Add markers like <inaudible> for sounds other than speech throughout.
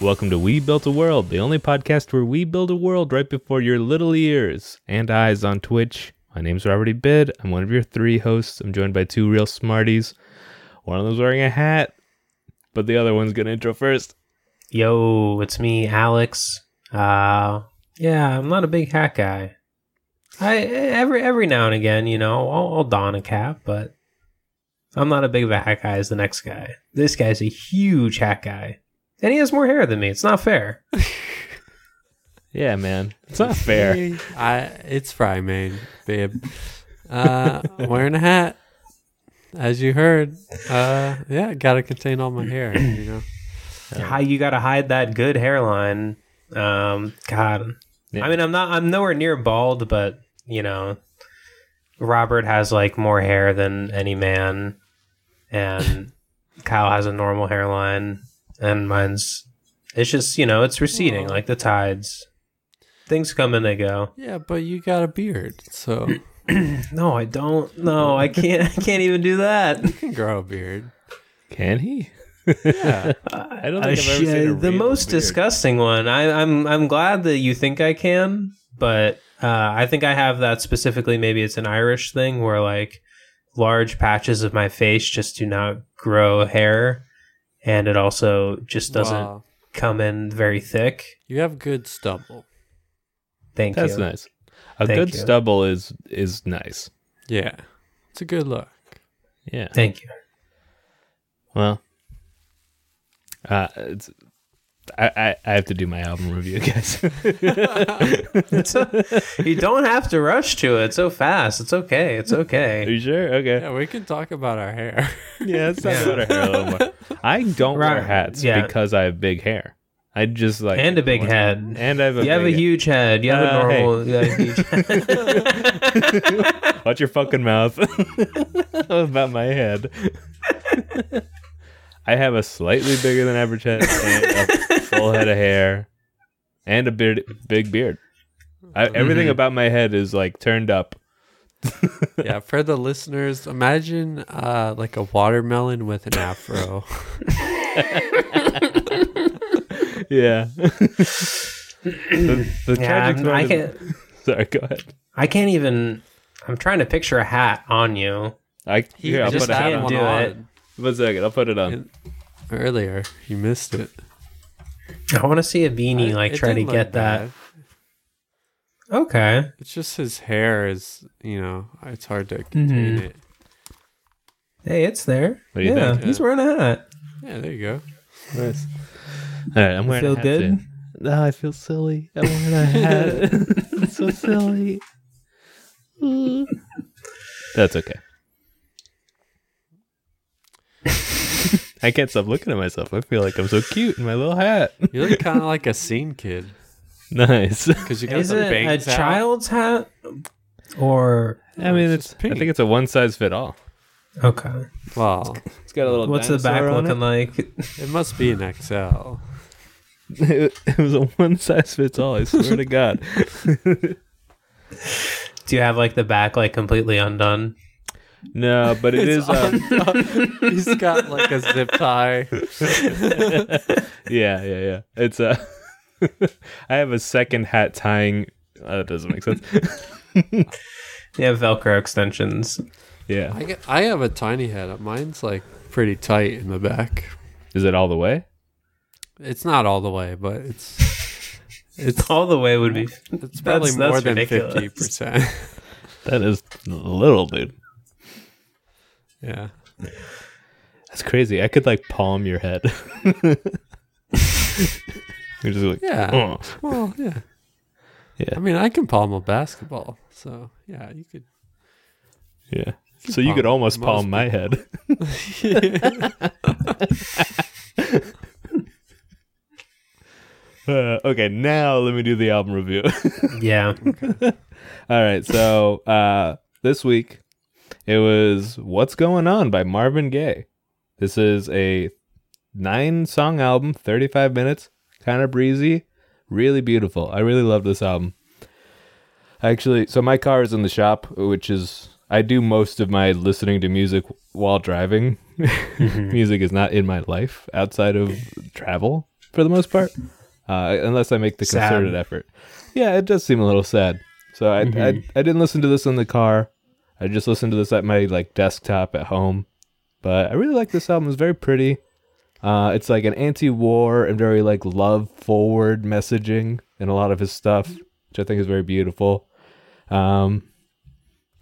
Welcome to We Built a World, the only podcast where we build a world right before your little ears and eyes on Twitch. My name's Robert E. Bid. I'm one of your three hosts. I'm joined by two real smarties. One of them's wearing a hat, but the other one's going to intro first. Yo, it's me, Alex. Uh, yeah, I'm not a big hat guy. I every every now and again, you know, I'll, I'll don a cap, but I'm not a big of a hat guy as the next guy. This guy's a huge hat guy, and he has more hair than me. It's not fair. Yeah, man. It's not <laughs> fair. I it's Fry Main, babe. Uh, I'm wearing a hat, as you heard. Uh, yeah, gotta contain all my hair. You know, How you got to hide that good hairline? Um, God, Yeah. I mean, I'm not. I'm nowhere near bald, but you know, Robert has like more hair than any man, <laughs> and Kyle has a normal hairline, and mine's. It's just you know, it's receding like the tides. Things come and they go. yeah, but you got a beard, so you No, I don't. No, I can't. I can't even do that. can grow a beard. Can he? Yeah, I don't think Uh, I've ever seen a the real most beard. disgusting one. I, I'm I'm glad that you think I can, but uh, I think I have that specifically. Maybe it's an Irish thing where like large patches of my face just do not grow hair, and it also just doesn't Wow. come in very thick. You have good stubble. Thank That's you. nice. A Thank good you. stubble is is nice. Yeah, it's a good look. Yeah. Thank you. <laughs> Well, uh, it's, I, I I have to do my album review, <laughs> guys. It's you don't have to rush to it so fast. It's okay. It's Are <laughs> okay. you sure? Okay. Yeah, we can talk about our hair. <laughs> Yeah, it's talk about hair a little more. <laughs> I don't wear Right. hats Yeah. because I have big hair. I just like And a big head. And I have a You have a big head. huge head. You have Uh, a hey. normal. you have a <laughs> huge Watch your fucking mouth <laughs> about my <laughs> head. I have a slightly bigger than average head and a full head of hair and a beard, big beard. I, everything about my head is like turned up. yeah, for the listeners, imagine uh, like a watermelon with <laughs> an afro. <laughs> Yeah. the the Yeah, tragic I'm- I thread is- can't. Sorry, go ahead. I can't even. I'm trying to picture a hat on you. I here, I'll just put a hat had on. one Do on it. One second, I'll put it on. earlier. You missed it. I want to see a beanie, like It try to didn't look get that. bad. Okay. It's just his hair is, you know, it's hard Mm-hmm. to contain it. Hey, it's there. What do you yeah, think? he's wearing a hat. Yeah, there you go. Nice. All right, I'm wearing feel a hat good? soon. No, I feel silly. I'm wearing a <laughs> hat. it's so silly. That's okay. I can't stop looking at myself. I feel like I'm so cute in my little hat. You look kind of like a scene kid <laughs> nice. because you got Is the it a bangs out. child's hat or I mean, It's it's. just I pink. think it's a one size fit all. okay? Well, It's got a little. What's the back looking like? it must be an <laughs> XL. it, <laughs> it was a one size fits all. I swear to God. Do you have like the back like completely undone? No, but it is. Um, Uh, <laughs> He's got like a zip tie. yeah, yeah, yeah. It's Uh, <laughs> I have a second hat tying. Oh, that doesn't <laughs> make sense. You have Velcro extensions. Yeah. I, get- I have a tiny head. Mine's like pretty tight in the back. Is it all the way? It's not all the way, but it's it's All the way would be. it's probably That's- that's more than ridiculous. fifty percent. <laughs> That is little, dude. Yeah. That's crazy. I could like palm your head. <laughs> You're just like, Yeah. oh. Well, yeah. Yeah. I mean, I can palm a basketball, so yeah, you could. yeah. So you could palm almost most palm my head. <laughs> Uh, okay, now let me do the album review. <laughs> <laughs> Yeah. All right, so uh, this week it was "What's Going On" by Marvin Gaye. This is a nine-song album, thirty-five minutes, kind of breezy, really beautiful. I really love this album. Actually, so my car is in the shop, which is I do most of my listening to music <laughs> while driving. music is not in my life outside of travel. for the most part, uh, unless I make the Sad. concerted effort. Yeah, it does seem a little sad. So I, I Mhm. I didn't listen to this in the car. I just listened to this at my like desktop at home. But I really like this album. It's very pretty. Uh, it's like an anti-war and very like love forward messaging in a lot of his stuff, which I think is very beautiful. Um,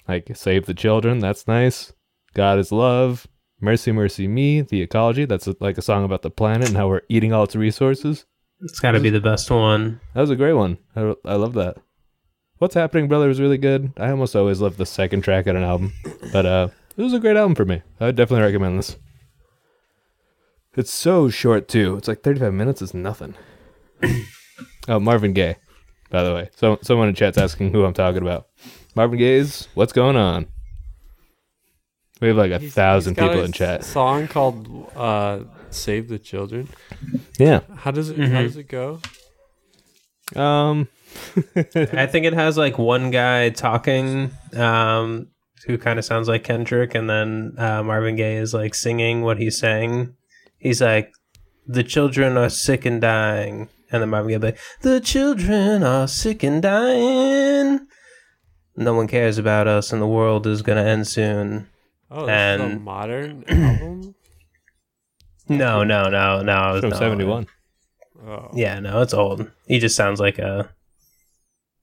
like save the children, that's nice. God is love. Mercy, mercy me. The ecology, that's like a song about the planet and how we're eating all its resources. It's got to be the best one. That was a great one. I, I love that. What's happening, brother, was really good. I almost always love the second track at an album, but uh, it was a great album for me. I would definitely recommend this. It's so short too. It's like 35 minutes is nothing. <coughs> oh, Marvin Gaye, by the way. So someone in chat's asking who I'm talking about. Marvin Gaye's "What's Going On." We have like a He's- thousand he's got people a in chat. Song called uh, "Save the Children." Yeah. How does it? How Mhm. does it go? Um. I think it has like one guy talking um, who kind of sounds like Kendrick, and then uh, Marvin Gaye is like singing what he's saying. He's like, "The children are sick and dying," and then Marvin Gaye be like, "The children are sick and dying. No one cares about us, and the world is gonna end soon." Oh, this is a And- modern <coughs> album. No, no, no, no. it was From not. '71. Oh. Yeah, no, it's old. He just sounds like a.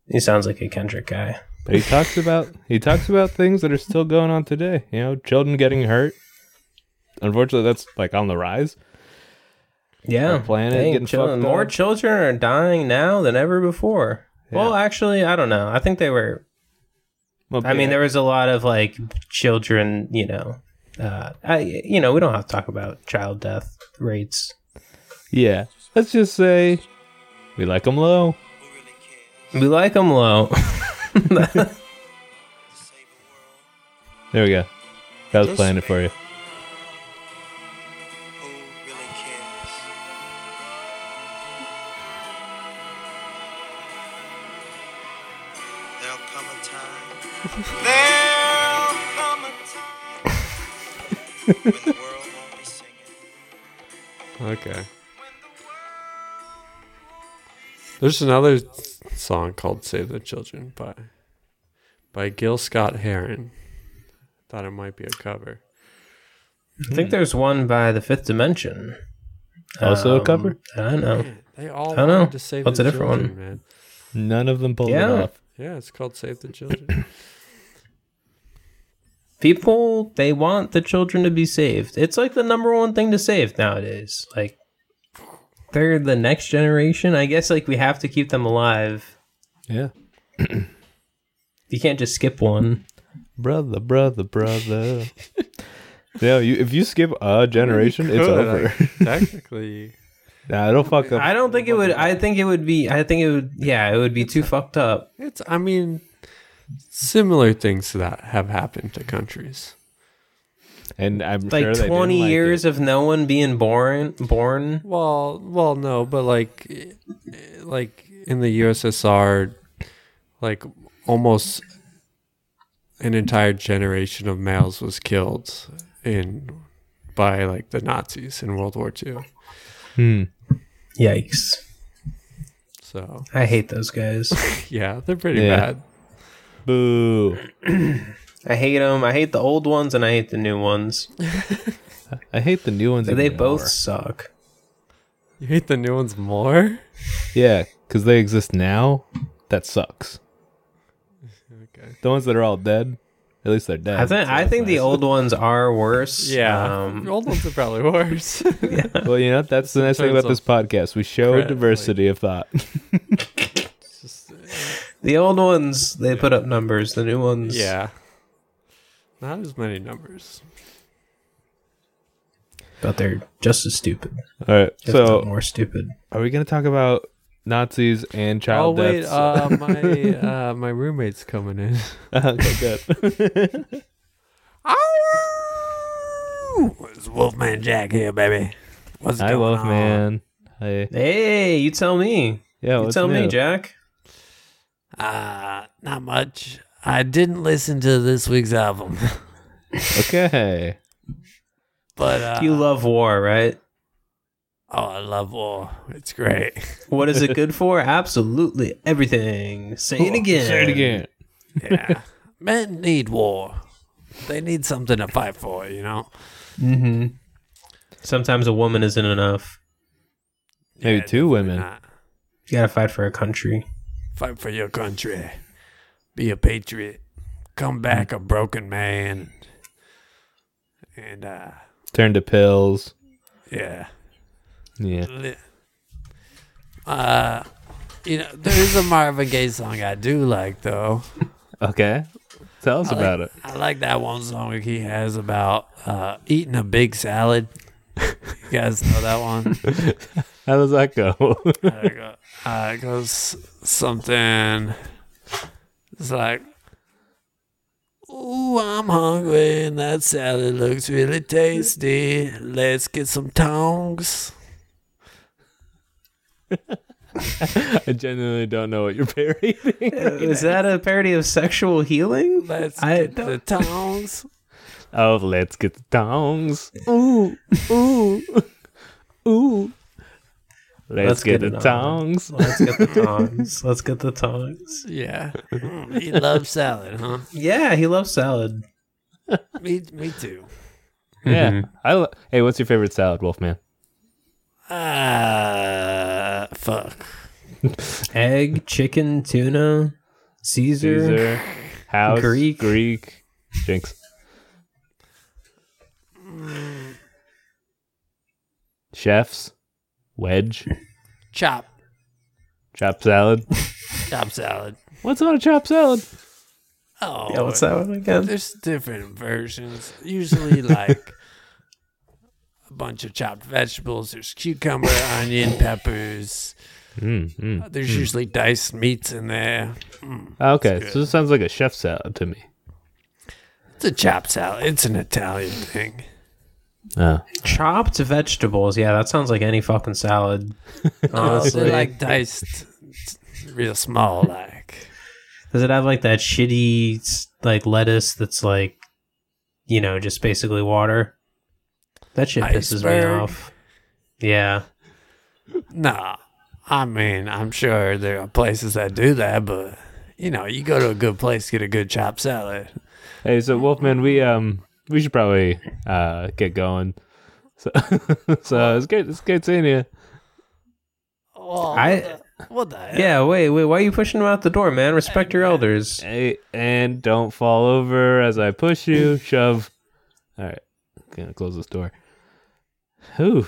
He sounds like a Kendrick guy. But he talks about he talks about things that are still going on today. You know, children getting hurt. Unfortunately, that's like on the rise. Yeah, Our planet Dang, getting children- fucked more up. children are dying now than ever before. Yeah. Well, actually, I don't know. I think they were. Well, I yeah. mean, there was a lot of like children. You know, uh, I you know we don't have to talk about child death rates. yeah. Let's just say we like them low. We like them low. <laughs> There we go. I was playing it for you. Who really cares? There'll come a time. There'll come a time when the world won't be singing. Okay. There's another s- song called "Save the Children" by by Gil Scott Heron. Thought it might be a cover. I think there's one by the Fifth Dimension. Um, Also a cover? I don't know. They all don't know. wanted to save What's the a different one? children, man. None of them pulled Yeah. it off. Yeah, it's called "Save <laughs> the Children." people they want the children to be saved it's like the number one thing to save nowadays like they're the next generation i guess like we have to keep them alive Yeah. you can't just skip one Brother, brother, <laughs> brother. yeah, you, if you skip a generation, it's <laughs> Could, over. like, technically, nah, it'll fuck up. i don't think it would i think it would be i think it would yeah it would be too fucked up it's. I mean, similar things to that have happened to countries. and I'm like sure they didn't 20 like years it. of no one being born born Well, well, no, but like, eh, like in the USSR, like almost an entire generation of males was killed in by like the Nazis in World War II. Hmm. yikes So i hate those guys yeah, they're pretty Yeah. bad. Boo. i hate them i hate the old ones and i hate the new ones I hate the new ones. they even both more. suck You hate the new ones more. Yeah, because they exist now. That sucks. Okay. The ones that are all dead, at least they're dead. I think so I that's think the nice. old ones are worse. Yeah, Um, the old ones are probably worse. <laughs> Well, <laughs> you know that's the nice thing terms about this of podcast. We show a credit, diversity of thought. It's just, the old ones they put up numbers. The new ones, yeah, not as many numbers. but they're just as stupid. all right, If so not more stupid. are we gonna talk about Nazis and child oh wait, deaths? <laughs> uh, my uh, my roommate's coming <laughs> in. uh, <laughs> okay, good. It's Wolfman Jack here, baby. What's Hi, Wolfman. Hey, Hey, you tell me. yeah, you what's tell me, Oh, new? Jack. Uh, not much. I didn't listen to this week's album, <laughs> Okay, but uh, Uh-huh. you love war, right? Oh, I love war. It's great. <laughs> What <laughs> is it good for? Absolutely everything. Say it again. Say it again. Yeah. Men need war. They need something to fight for, you know? Mm-hmm. Sometimes a woman isn't enough. Maybe two women. Nah. You gotta fight for a country. Fight for your country. Be a patriot. Come back a broken man. And, uh, Turn to pills. yeah. Yeah. Li- Uh, you know, there is a Marvin Gaye song I do like, though. Okay. Tell us I like- about it. I like that one song he has about uh, eating a big salad. you guys know that one? How does that go? <laughs> Uh, it go- uh, it goes something. It's like, ooh, I'm hungry, and that salad looks really tasty. Let's get some tongs. I genuinely don't know what you're <laughs> <laughs> parodying. Is that a parody of sexual healing? Let's I get the <laughs> tongs. oh, let's get the tongs. Ooh, ooh, ooh. Let's, get, the it on. tongs. Let's get the <laughs> tongs. Let's get the tongs. <laughs> yeah, Mm, he loves salad, huh? Yeah, he loves salad. Me, me too. <laughs> Yeah. I lo- hey, what's your favorite salad, Wolfman? Ah, fuck. Egg, chicken, tuna, Caesar. Caesar, house, Greek. Greek, Jinx. Chefs, wedge, Chop, chopped salad. chop salad. What's on a chopped salad? Oh, Yeah, what's that one again? There's different versions. Usually, like a bunch of chopped vegetables. There's cucumber, <laughs> onion, peppers. Hmm, Mm, mm. There's usually diced meats in there. Ah, Okay, good. so this sounds like a chef salad to me. It's a chopped salad. It's an Italian thing. Ah. Oh. Chopped vegetables. Yeah, that sounds like any fucking <laughs> salad. Honestly, Honestly, like diced real small, like. does it have like that shitty s- like lettuce that's like, you know, just basically water? That shit pisses me Iceberg. off. Yeah. Nah, I mean, I'm sure there are places that do that, but you know, you go to a good place, get a good chopped salad. Hey, so Wolfman, we um we should probably uh get going. So <laughs> so it's great it's great seeing you. Oh, I- what the hell? Yeah, wait, wait, why are you pushing him out the door, man? Respect Uh, your elders. Hey, and don't fall over as I push you, shove. All right, gonna close this door. Whew.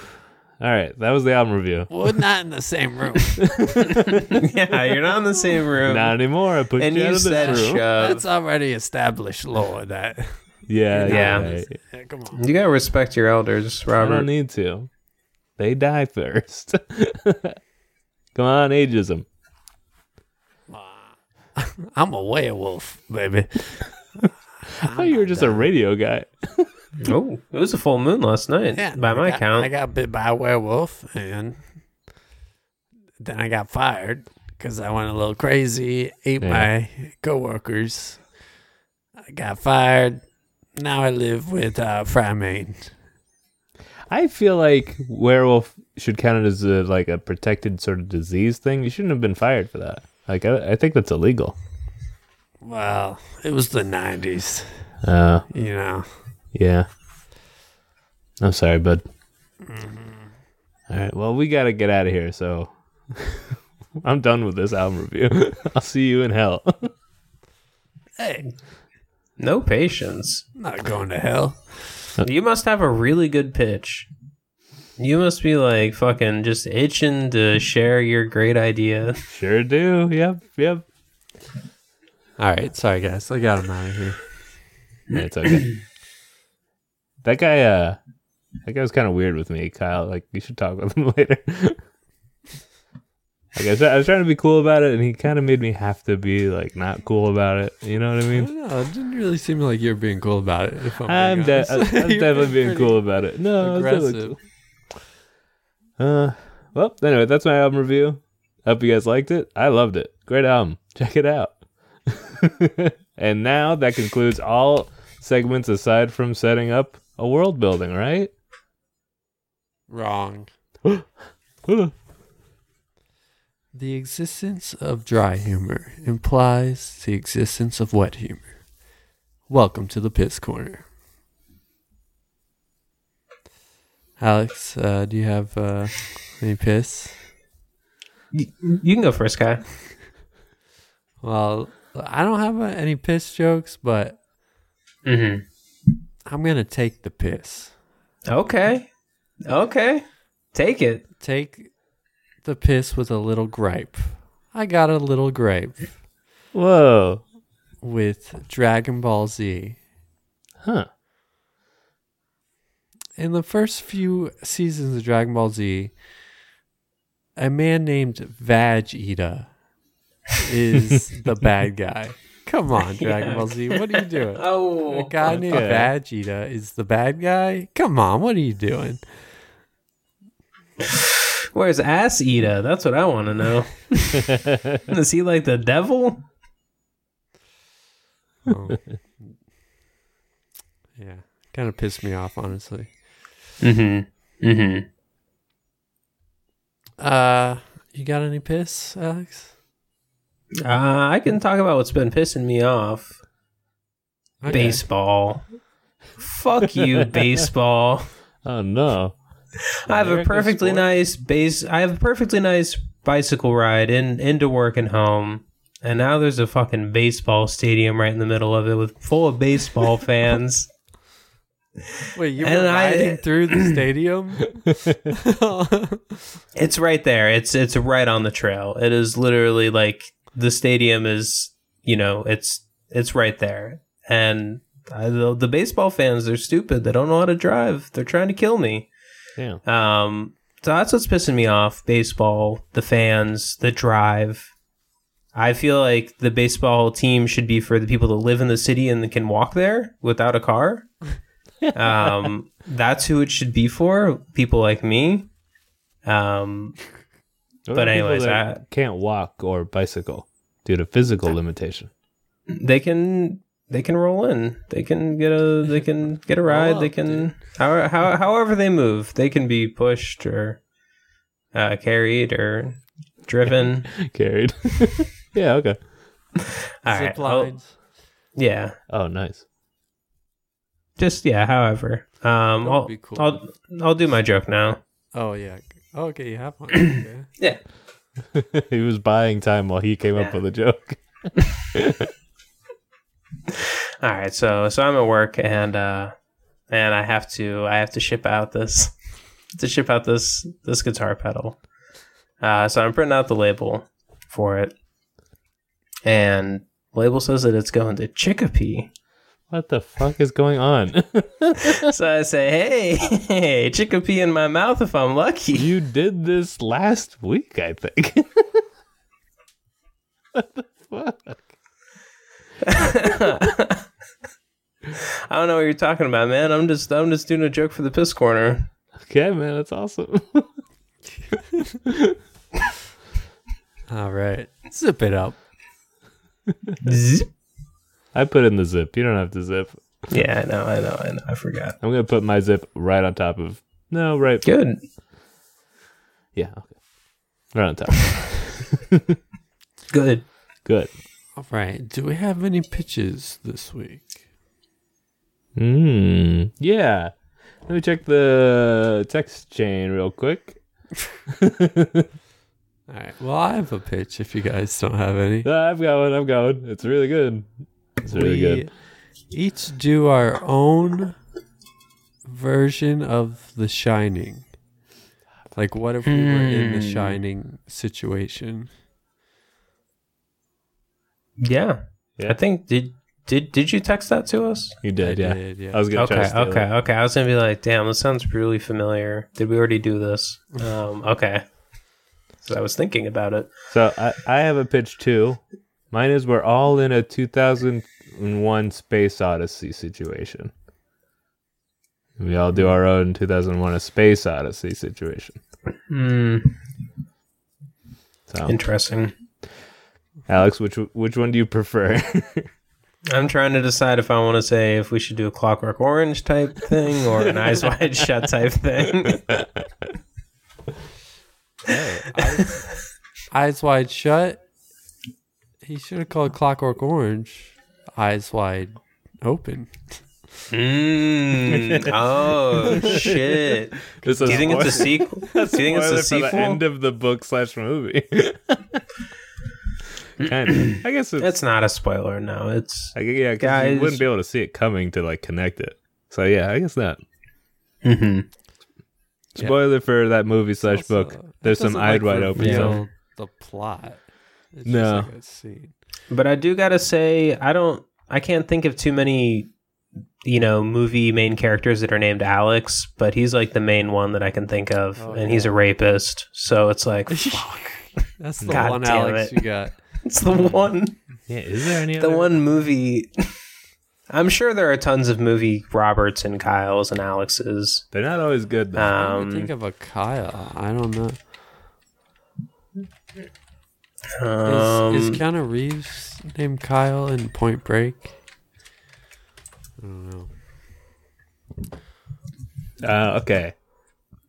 All right, that was the album <laughs> review. We're not in the same room. uh, <laughs> yeah, you're not in the same room. Not anymore. I pushed and you out you of said this room. shove. That's already established law. That <laughs> yeah, Uh, yeah. Yeah. right. yeah, come on. You gotta respect your elders, I don't Robert. need to. They die first. <laughs> Come on, ageism. I'm a werewolf, baby. I thought you were just a radio guy. Oh, it was a full moon last night, <laughs> Yeah, by I my got- count. I got bit by a werewolf, and then I got fired because I went a little crazy, ate Yeah. my coworkers. I got fired. Now I live with uh, Frymain. I feel like werewolf should count as a, like a protected sort of disease thing. You shouldn't have been fired for that. Like I, I think that's illegal. Well, it was the '90s, Uh, you know. yeah. I'm sorry, bud. All right. Well, we gotta get out of here. So <laughs> I'm done with this album review. <laughs> I'll see you in hell. <laughs> Hey, no patience. I'm not going to hell. You must have a really good pitch. You must be like fucking just itching to share your great idea. sure do. Yep. Yep. All right, sorry guys, I got him out of here. It's <clears throat> okay. that guy. Uh, that guy was kind of weird with me, Kyle. Like you should talk with him <laughs> later. like I was, I was trying to be cool about it, and he kind of made me have to be like not cool about it. You know what I mean? No, it didn't really seem like you're being cool about it. If I'm, I'm, being de- honest. I- I'm Oh <laughs> You're definitely being pretty cool Oh, about it. No, I was definitely Aggressive. cool. Uh, well, anyway, that's my album review. Hope you guys liked it. I loved it. Great album. Check it out. <laughs> and now that concludes all segments aside from setting up a world building, right? Wrong. The existence of dry humor implies the existence of wet humor. Welcome to the piss corner. Alex, uh, do you have uh, any piss? You can go first, guy. Well, I don't have uh, any piss jokes, but Mm-hmm. I'm gonna take the piss. Okay. Okay. Take it. Take the piss with a little gripe. I got a little gripe Whoa. with Dragon Ball Z. Huh. In the first few seasons of Dragon Ball Z, a man named Vag Ida is the bad guy. Come on, Dragon Ball Z, what are you doing? A <laughs> Oh. guy named okay. Vegeta is the bad guy? Come on, what are you doing? Where's Ass Eater? That's what I want to <laughs> know. Is he like the devil? Oh. yeah, kind of pissed me off, honestly. Mm-hmm. Mm-hmm. Uh, you got any piss, Alex? Uh, I can talk about what's been pissing me off. Okay. Baseball. Fuck <laughs> you, baseball. Oh no. I have a American perfectly sport. nice base. I have a perfectly nice bicycle ride in into work and home, and now there's a fucking baseball stadium right in the middle of it with full of baseball fans. Wait, you And were I- riding through the stadium? <laughs> It's right there. It's it's right on the trail. It is literally like the stadium is, you know, it's it's right there. And I, the, the baseball fans, they're stupid. They don't know how to drive. They're trying to kill me. Damn. Um, so that's what's pissing me off. Baseball, the fans, the drive. I feel like the baseball team should be for the people that live in the city and can walk there without a <laughs> car. um, that's who it should be for. People like me. Um, What But about people anyways, that can't walk or bicycle due to <laughs> physical limitation. they can they can roll in. They can get a they can get a ride. up, they can how, how, however they move. They can be pushed or uh, carried or <laughs> driven. Carried. <laughs> yeah. Okay. All right. oh. Zip well, lines. yeah. Oh, nice. <laughs> Just yeah. However, um, That would I'll, be cool. I'll I'll do my joke now. Oh, yeah. Oh, okay, you have one. Okay. Yeah. he was buying time while he came up Yeah. with a joke. All right. So so I'm at work and uh and I have to I have to ship out this <laughs> to ship out this this guitar pedal. Uh, so I'm printing out the label for it, and label says that it's going to <laughs> Chicopee. What the fuck is going on? <laughs> so I say, hey, hey, <laughs> Chicopee in my mouth if I'm lucky. you did this last week, I think. <laughs> what the fuck? I don't know what you're talking about, man. I'm just I'm just doing a joke for the piss corner. Okay, man, that's awesome. <laughs> All right. Zip it up. Zip. I put in the zip. You don't have to zip. yeah, I know, I know, I know. I forgot. I'm gonna put my zip right on top of. No, right. Good. Yeah. Okay. Right on top. Good. Good. All right. Do we have any pitches this week? Hmm. Yeah. Let me check the text chain real quick. All right. Well, I have a pitch if you guys don't have any. Ah, I've got one. I've got one. It's really good. It's really we good. each do our own version of The Shining. Like, what if we were in The Hmm. Shining situation? Yeah. Yeah. I think did did did you text that to us? You did, I yeah. did, yeah. I was gonna try Okay, to steal okay, it. okay. I was gonna be like, damn, this sounds really familiar. Did we already do this? Um, okay. So I was thinking about it. So I, I have a pitch too. Mine is we're all in a 2001 Space Odyssey situation. We all do our own 2001 A Space Odyssey situation. Hmm. So Interesting. Alex, which which one do you prefer? I'm trying to decide if I want to say if we should do a Clockwork Orange type thing or an Eyes Wide Shut type thing. Hey, Eyes Wide Shut. He should have called Clockwork Orange Eyes Wide Open. <laughs> Mm, oh shit! this <laughs> Do you think it's a spoil- sequel? Do you think it's a spoiler for the end sequel? of the book slash <laughs> movie. kind of. I guess it's. It's not a spoiler. No, it's I, gu- yeah, 'cause Guys. you wouldn't be able to see it coming to like connect it. So yeah, I guess not. Mhm. Yeah. Spoiler for that movie slash Also, book. it There's some doesn't, eyed like, wide open. reveal stuff. The plot. It's No. Just like <laughs> a scene. but I do gotta say I don't. I can't think of too many, you know, movie main characters that are named Alex. But he's like the main one that I can think of, Oh, and he's a rapist. So it's <laughs> like <laughs> fuck. That's the God one damn Alex it. you got. it's the one. Yeah, is there any the other- one movie. <laughs> I'm sure there are tons of movie Roberts and Kyles and Alexes. They're not always good though. I would think Um, of a Kyle. I don't know. um, is, is Keanu Reeves named Kyle in Point Break? I don't know. Uh, okay.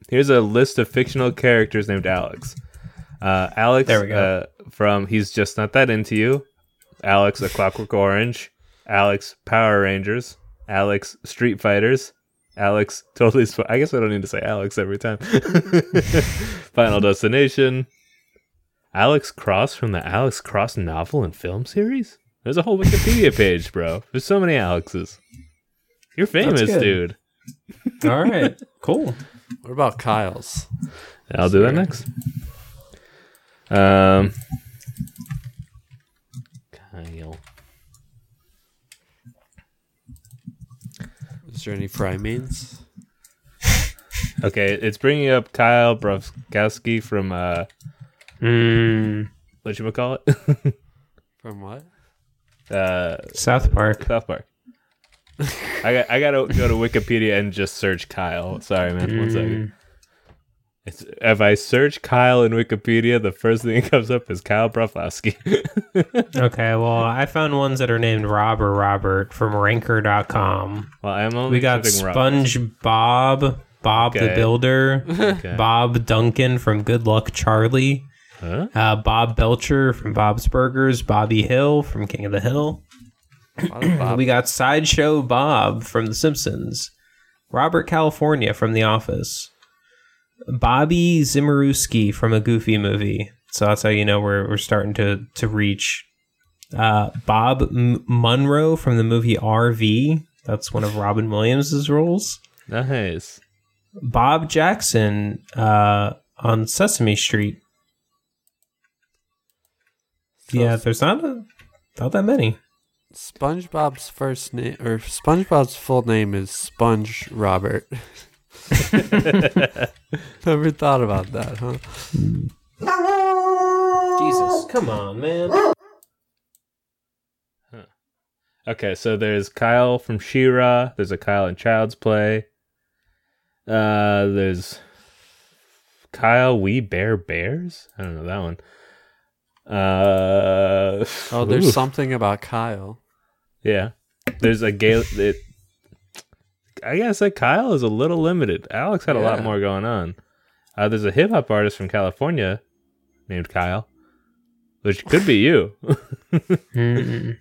Here's a list of fictional characters named Alex. Uh, Alex There we go. Uh, from He's Just Not That Into You, Alex, A Clockwork Orange, Alex, Power Rangers, Alex, Street Fighters, Alex, Totally. Sp- I guess I don't need to say Alex every time. <laughs> Final Destination, Alex Cross from the Alex Cross novel and film series? There's a whole Wikipedia page, bro. There's so many Alexes. You're famous, good. dude. <laughs> all right, cool. What about Kyle's? I'll do that next. Um, Kyle. Is there any fry means? Okay, it's bringing up Kyle Brofkowski from uh, Mm, what you call it, From what? <laughs> uh, South Park. South Park. <laughs> I got I gotta go to Wikipedia and just search Kyle. Sorry, man. One Hmm. second. It's, if I search Kyle in Wikipedia, the first thing that comes up is Kyle Brofkowski. Okay, well, I found ones that are named Rob or Robert from Ranker.com. <laughs> well, I'm only We got searching Rob. SpongeBob, Bob the Okay. Builder, Okay. Bob Duncan from Good Luck Charlie, Huh? uh, Bob Belcher from Bob's Burgers, Bobby Hill from King of the Hill. What about We got Sideshow Bob from The Simpsons, Robert California from The Office, Bobby Zimmerowski from a Goofy movie. So that's how you know we're, we're starting to, to reach. Uh, Bob M- Munro from the movie RV. That's one of Robin Williams' roles. <laughs> Nice. <laughs> Bob Jackson uh, on Sesame Street. Yeah, there's not, a, not that many. SpongeBob's first name or SpongeBob's full name is Sponge Robert. <laughs> Never thought about that, huh? Jesus, come on, man. Okay, so there's Kyle from Shira. There's a Kyle in Child's Play. Uh, there's Kyle We Bear Bears. I don't know that one. Uh, Oh, there's oof. something about Kyle. Yeah, there's a Gale. It, I gotta say, Kyle is a little limited. Alex had a lot Yeah. more going on. Uh, there's a hip hop artist from California named Kyle, which could be you. Mm-mm.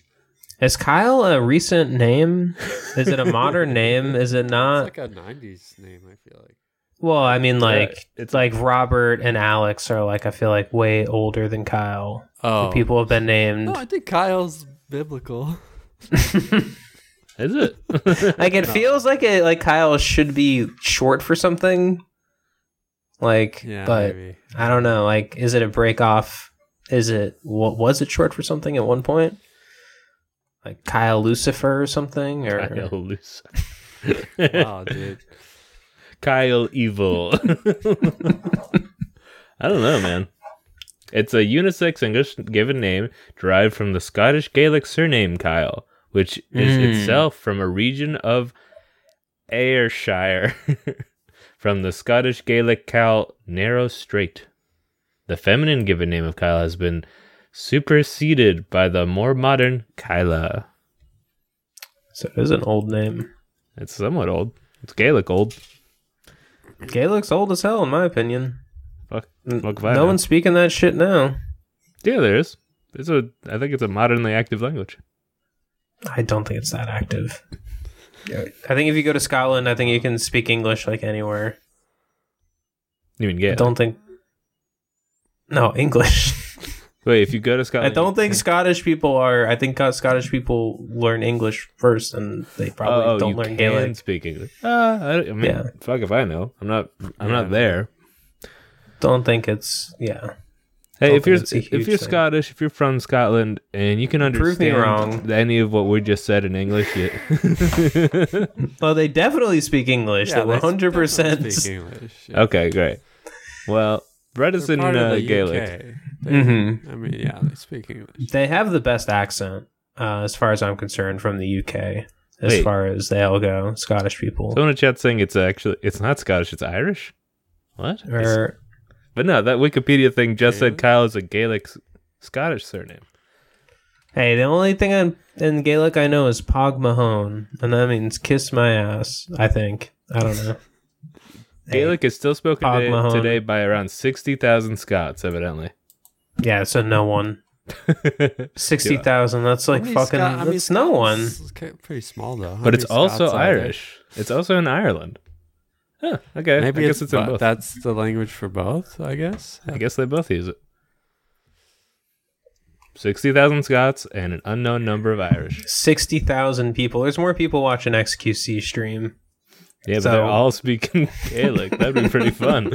Is Kyle a recent name? Is it a <laughs> modern name? Is it It's not? like a '90s name. I feel like. Well, I mean, like Yeah, it's like Robert and Alex are like I feel like way older than Kyle. Oh, People have been named. No, I think Kyle's biblical. <laughs> Is <laughs> it? Like it feels like it like Kyle should be short for something. Like, Yeah, but maybe. I don't know. Like, is it a break off? Is it what was it short for something at one point? Like Kyle Lucifer or something, or Kyle Luce. Wow, Oh, dude. Kyle Evil. <laughs> I don't know, man. It's a unisex English given name derived from the Scottish Gaelic surname Kyle, which is Mm. itself from a region of Ayrshire, <laughs> from the Scottish Gaelic Cal narrow strait. The feminine given name of Kyle has been superseded by the more modern Kyla. so it is an old name. It's somewhat old. It's Gaelic old. Gaelic's old as hell, in my opinion. N- Fuck no violence. one's speaking that shit now. Yeah, there is. It's a. I think it's a modernly active language. I don't think it's that active. I think if you go to Scotland, I think you can speak English like anywhere. You mean gay? I don't think. No, English. Wait, if you go to <laughs> I Scotland, don't think Scottish people are. I think uh, Scottish people learn English first, and they probably oh, don't you learn can Gaelic. speak English. Uh, I, I mean, Yeah. fuck if I know. I'm not. I'm Yeah. not there. Don't think it's yeah. Hey, Don't if you're think it's a if huge you're thing. Scottish, if you're from Scotland, and you can Prove me understand wrong. any of what we just said in English, <laughs> you- Well, they definitely speak English. Yeah, One they hundred They percent. speak English. Yeah. okay, great. Well, Brett is They're in part of uh, the Gaelic. UK. They- Mhm. I mean, yeah, they speak English. They have the best accent, uh, as far as I'm concerned, from the UK. As Wait. far as they all go, Scottish people. Someone in chat saying it's actually it's not Scottish, it's Irish. What? or But no, that Wikipedia thing just said Gaelic? Kyle is a Gaelic s- Scottish surname. Hey, the only thing I'm, in Gaelic I know is Pog Mahone, and that means kiss my ass, I think. I don't know. <laughs> Gaelic is still spoken Pog today, Mahone. today by around sixty thousand Scots, evidently. Yeah, so no one. <laughs> 60,000, that's like fucking, that's no one. It's pretty small though. How but it's eh? many also Scots are there? Irish. It's also in Ireland. Huh, okay. Maybe I guess it's in but both. That's the language for both, I guess. I guess they both use it. 60,000 Scots and an unknown number of Irish. 60,000 people. There's more people watching XQC stream. Yeah, but So- they're all speaking <laughs> Gaelic. That'd be pretty <laughs> fun.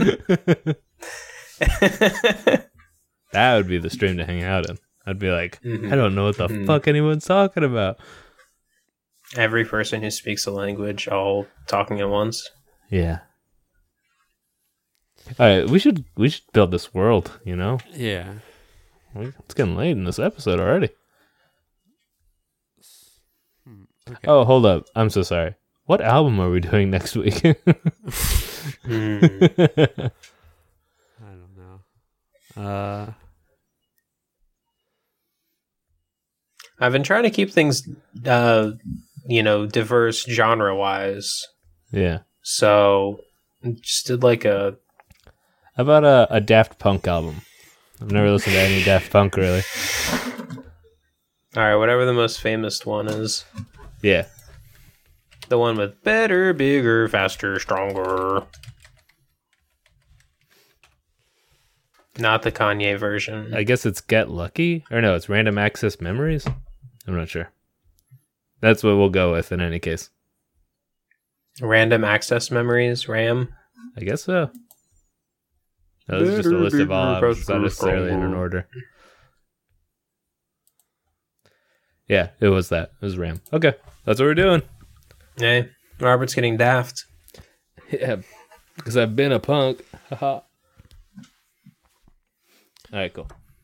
that would be the stream to hang out in. I'd be like, Mhm. I don't know what the Mhm. fuck anyone's talking about. Every person who speaks a language all talking at once. Yeah. All right, we should we should build this world, you know? Yeah. We- It's getting late in this episode already. Okay. Oh, hold up. I'm so sorry. What album are we doing <laughs> next week? Hmm. I don't know. Uh, I've been trying to keep things, uh, you know, diverse genre wise. yeah. So just did like a How about a, a Daft Punk album? I've never listened to any Daft Punk really. all right, whatever the most famous one is, Yeah. the one with better, bigger, faster, stronger. Not the Kanye version. I guess it's Get Lucky? Or no, it's Random Access Memories? I'm not sure. That's what we'll go with in any case. Random access memories, RAM. I guess so. No, this is just a list of all albums. It's not necessarily in an order. Yeah, it was that. It was Ram. Okay. That's what we're doing. Hey, Eh, Robert's getting daft. Yeah, because I've been a punk. Haha. All right, cool. All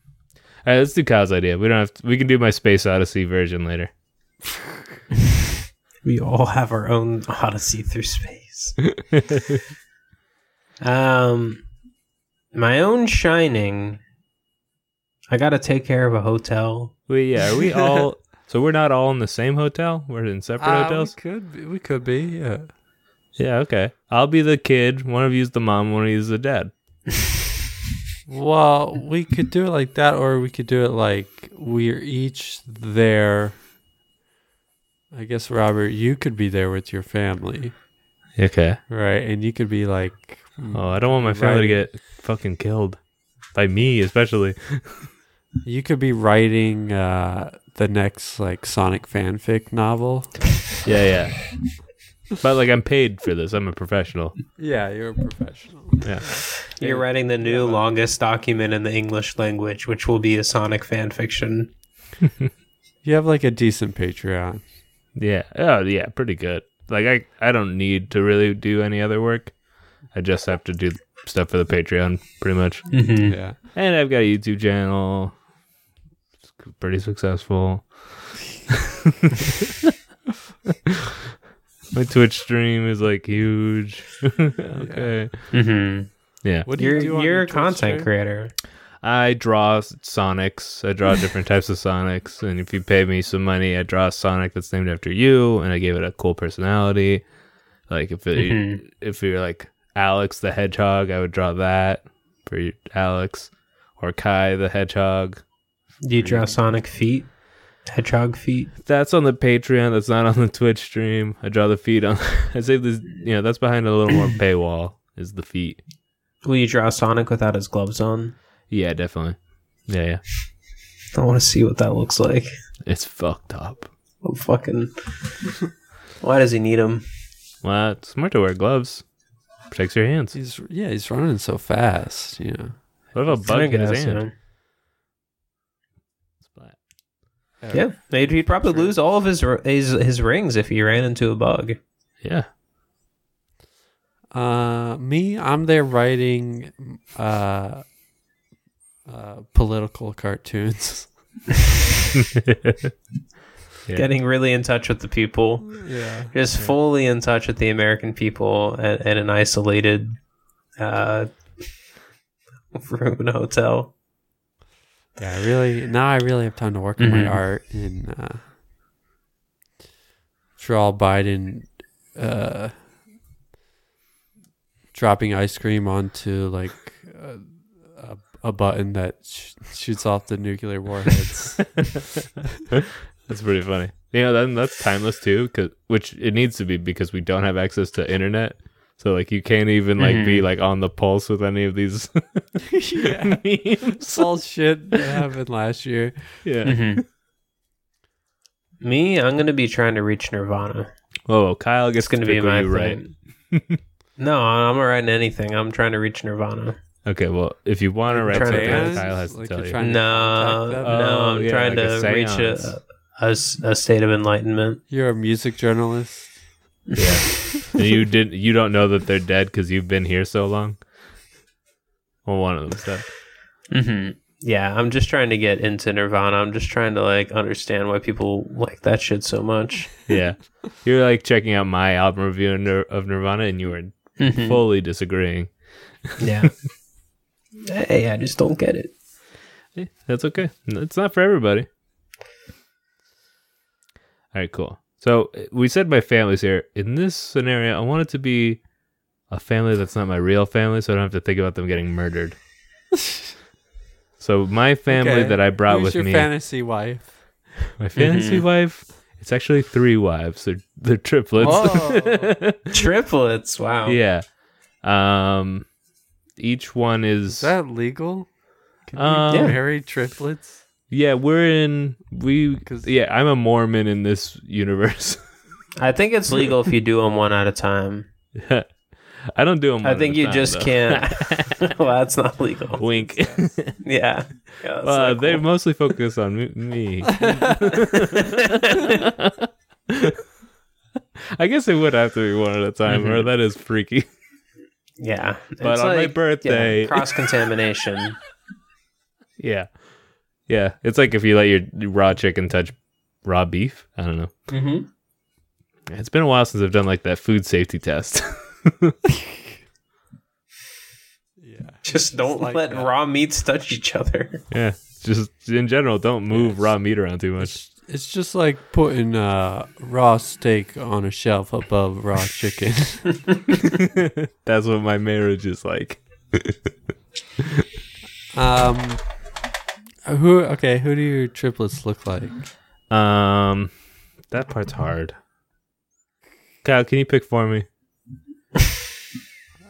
right, let's do Kyle's idea. We don't have. To, we can do my Space Odyssey version later. We all have our own odyssey through <laughs> space. um, my own shining. I gotta take care of a hotel. We yeah. Are we <laughs> all? so we're not all in the same hotel. We're in separate uh, hotels. We could be. We could be. Yeah. Yeah. Okay. I'll be the kid. One of you's the mom. One of you's the dad. Well, we could do it like that, or we could do it like we're each there. I guess Robert, you could be there with your family, Okay. right? And you could be like, Oh, I don't want my family to Right. get fucking killed by me, especially. you could be writing uh, the next like Sonic fanfic novel. Yeah. Yeah. but like, I'm paid for this. I'm a professional. Yeah, you're a professional. Yeah. You're writing the new longest document in the English language, which will be a Sonic fan fiction. You have like a decent Patreon. Yeah. Oh, yeah. Pretty good. Like I, I don't need to really do any other work. I just have to do stuff for the Patreon, pretty much. Mm-hmm. Yeah. And I've got a YouTube channel. It's pretty successful. <laughs> My Twitch stream is like huge. <laughs> okay. Mm-hmm. Yeah. What You're, on you're your a Twitch content stream? creator. I draw s- Sonics. I draw different types of Sonics. And if you pay me some money, I draw a Sonic that's named after you. And I gave it a cool personality. Like if it, Mhm. if you're like Alex the Hedgehog, I would draw that. for you, Alex, or Kai the Hedgehog. Do you draw Sonic feet? Hedgehog feet? That's on the Patreon. That's not on the Twitch stream. I draw the feet on. <laughs> I save this. You know, that's behind a little more paywall. Is the feet? Will you draw Sonic without his gloves on? Yeah, definitely. Yeah, yeah. I want to see what that looks like. It's fucked up. I'm <laughs> fucking. Why does he need them? Well, it's smart to wear gloves. Protects your hands. He's yeah, he's running so fast. You know, What if a bug in his hand? Splat. Yeah, he'd, he'd probably lose all of his, r- his his rings if he ran into a bug. Yeah. Uh, me, I'm there writing uh, uh, political cartoons. <laughs> <laughs> Yeah. <laughs> Getting really in touch with the people, yeah, just fully in touch with the American people at, at an isolated uh, room in a hotel. yeah. I really now I really have time to work on my Mhm. art and uh, for all Biden uh, dropping ice cream onto like a, a, a button that sh- shoots off the nuclear <laughs> warheads. That's pretty funny. You know, then that's timeless too, 'cause- which it needs to be because we don't have access to internet. So like, you can't even like be like on the pulse with any of these <laughs> yeah. memes. It's all shit that happened last year. Yeah. mm. Me, I'm gonna be trying to reach Nirvana. Oh, Kyle gets It's gonna be pick what my you write. thing. <laughs> no, I'm not writing anything. I'm trying to reach Nirvana. Okay, well, if you want to write trying to something, dance, Kyle has like to tell you're you. trying- No, contact them? no, Oh, I'm yeah, trying like a to reach seance. a, a s- a state of enlightenment. You're a music journalist. you didn't. You don't know that they're dead because you've been here so long. Well, one of them said. Mm-hmm. Yeah, I'm just trying to get into Nirvana. I'm just trying to like understand why people like that shit so much. Yeah, you're like checking out my album review of Nir- of Nirvana, and you were Mm-hmm. Mm-hmm. fully disagreeing. <laughs> Yeah. hey, I just don't get it. Eh, That's okay. It's not for everybody. All right, cool. So eh, we said my family's here. In this scenario, I want it to be a family that's not my real family, so I don't have to think about them getting <laughs> murdered. so my family Okay. that I brought with Who's your Mm-hmm. me, fantasy wife? my fantasy wife. It's actually three wives. They're they're triplets. <laughs> Oh. Triplets. Wow. yeah. Um, each one is. Is that legal? Can Um, you Yeah. marry triplets? yeah, we're in we. 'Cause- Yeah, I'm a Mormon in this universe. <laughs> I think it's legal if you do them one at a time. I don't do them. I think you just can't. <laughs> well, that's not legal. <laughs> <laughs> Wink. <laughs> Yeah. yeah that's uh, not They cool. mostly focus on me- me. <laughs> I guess it would have to be one at a time, Mm-hmm. or that is freaky. <laughs> Yeah. But on my <laughs> birthday- cross contamination. yeah, yeah. It's like if you let your raw chicken touch raw beef. I don't know. mm-hmm. It's been a while since I've done like that food safety test. <laughs> Yeah. Just don't like let that. raw meats touch each other. yeah, just in general, don't move Yes. raw meat around too much. It's, it's just like putting uh, raw steak on a shelf above <laughs> raw chicken. That's what my marriage is like. um, who? Okay, who do your triplets look like? Um, that part's hard. Kyle, can you pick for me?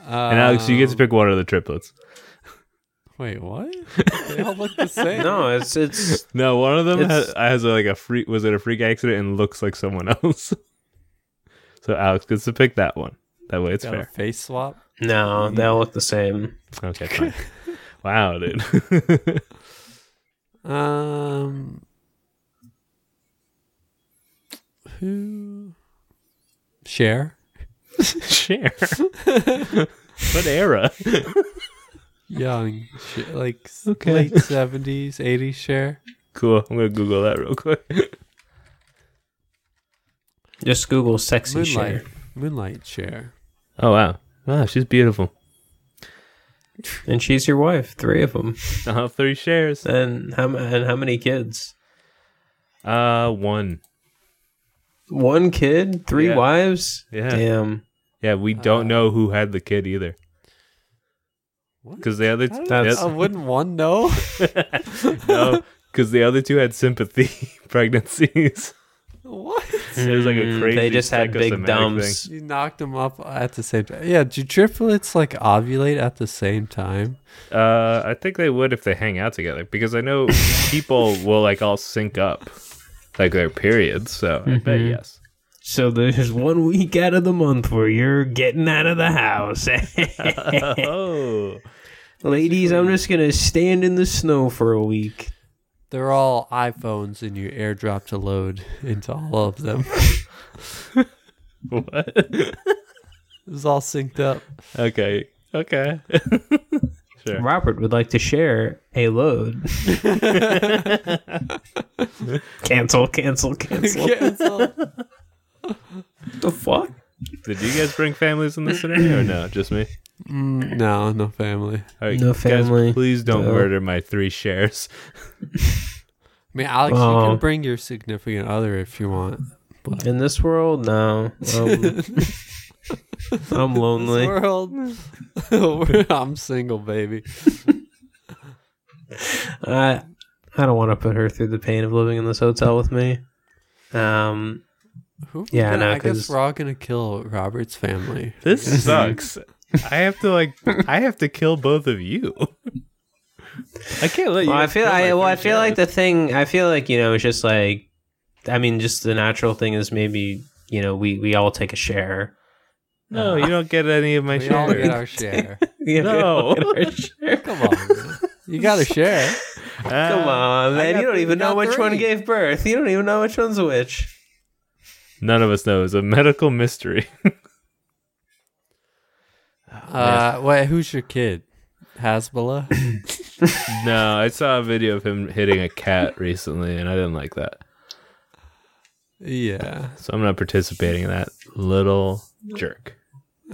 And Alex, you get to Um, pick one of the triplets. Wait, what? They <laughs> all look the same. No, it's it's No, one of them It's- has, has like a freak. Was it a freak accident and looks like someone <laughs> else? so Alex gets to pick that one. That way, it's Got a fair. face swap. no, they all look the same. <laughs> Okay, fine. wow, dude. <laughs> Um, who? Share. Share. <laughs> what era? Young, sh- like s- Okay. late seventies, eighties. Share. Cool. I'm gonna Google that real quick. Just Google sexy Moonlight. share. Moonlight. Share. Oh wow, wow, she's beautiful. And she's your wife. Three of them. Uh, three shares. And how m- and how many kids? Uh, one. One kid, three Yeah. wives. Yeah. Damn. Yeah, we don't Uh, know who had the kid either. What? because the other I don't- the uh, wouldn't one know? <laughs> <laughs> no, because the other two had sympathy <laughs> pregnancies. what? It was like a Mm, crazy. They just had big psychosomatic dumps. You knocked them up at the same time. Yeah, do triplets like ovulate at the same time? thing. Uh, I think they would if they hang out together, because I <laughs> know people will like all sync up, like their periods. So I bet Mm-hmm. Mhm. yes. So there's one week out of the month where you're getting out of the house. <laughs> oh, <laughs> Ladies, I'm just gonna stand in the snow for a week. They're all iPhones, and you airdrop to load into all of them. <laughs> what? It was all synced up. Okay, okay. <laughs> sure. Robert would like to share <laughs> a load. cancel, cancel, cancel. <laughs> the fuck? Did you guys bring families in this scenario or no? Just me? Mm, no, no family. All right, No family. Guys, please don't No. murder my three shares. I mean, Alex, you Oh. can bring your significant other if you want. In this world, no. <laughs> <laughs> Um, I'm lonely. World, <laughs> I'm single, baby. I I don't want to put her through the pain of living in this hotel with me. Um, Who? Yeah, I I, know, guess 'cause- we're all gonna kill <laughs> Robert's family. This sucks. I have to like I have to kill both of you. I can't let you. well, I guys feel kill my I well, I three feel like shares. the thing. I feel like you know, it's just like, I mean, just the natural thing is maybe you know we we all take a share. <laughs> No, you don't get any of my we all get shares. our share. You No. know, we all get our <laughs> share. Come on, man. you gotta share. Ah, <laughs> Come on, I man! got You don't three, even you know got which one three. gave birth. You don't even know which one's which. None of us know. It's a medical mystery. <laughs> Uh, wait, who's your kid? Hasbullah. no, I saw a video of him hitting a cat recently, and I didn't like that. <laughs> yeah. So I'm not participating in that little jerk.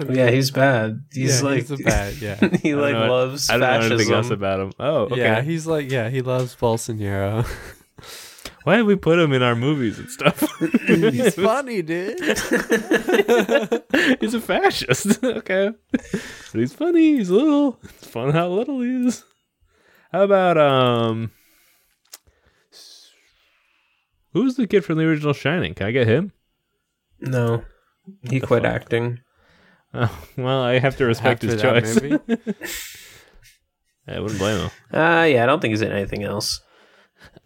Yeah, he's bad. He's yeah, like he's a bad. Yeah. <laughs> he I don't like know- loves I don't know anything else fascism. about him. Oh, okay. Yeah, he's like yeah, he loves <laughs> Bolsonaro. Why did we put him in our movies and stuff? <laughs> he's funny, <laughs> dude. he's a fascist. <laughs> okay. But he's funny. He's little. It's fun how little he is. How about um Who's the kid from the original Shining? Can I get him? <laughs> <laughs> No, he quit acting. Oh, well, I have to respect his After that choice. <laughs> movie. I wouldn't blame him. Uh yeah, I don't think he's in anything else. <laughs>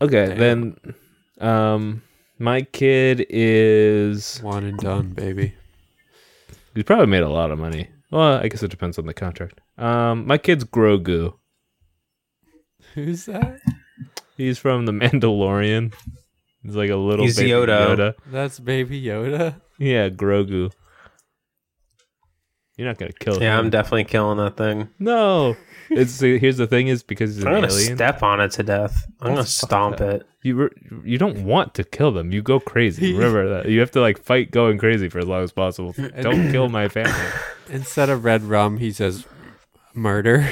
Okay, then um my kid is One and done, baby. he's probably made a lot of money. Well, I guess it depends on the contract. Um my kid's Grogu. Who's that? He's from the Mandalorian. He's like a little He's baby Yoda. Yoda. That's Baby Yoda. Yeah, Grogu. You're not gonna kill him. Yeah, I'm definitely killing that thing. No, it's see, here's the thing: is because he's an I'm gonna alien. step on it to death. I'm gonna stomp it. you re- you don't want to kill them. You go crazy. Remember that. You have to like fight going crazy for as long as <clears throat> possible. Don't kill my family. Instead of red rum, he says murder.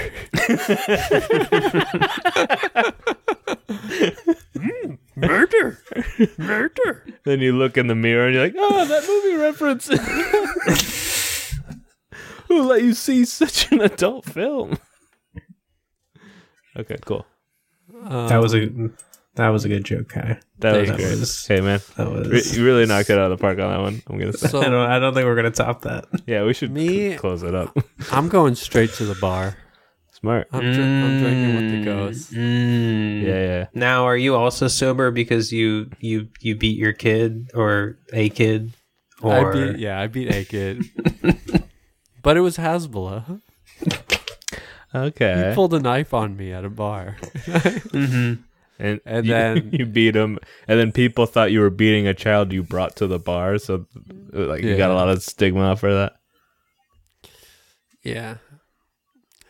murder. Murder. then you look in the mirror and you're like, oh, that movie reference. <laughs> Who let you see such an adult film? Okay, cool. That was a Um, that was a good joke, Kai. That was That great. was- hey, man. That was. Re- you really knocked it out of the park on that one. I'm gonna <laughs> say. I So don't. I don't think we're gonna top that. Yeah, we should Me- cl- close it up. I'm going straight to the bar. <laughs> Smart. Mm, I'm, dr- I'm drinking with the ghost. Yeah, yeah. Now, are you also sober because you you you beat your kid or a kid? Or I beat, yeah, I beat a <laughs> kid. but it was Hasbullah. Okay. He pulled a knife on me at a bar. and and <laughs> you- then- you beat him, and then people thought you were beating a child you brought to the bar, so like you got a Yeah. lot of stigma for that. Yeah.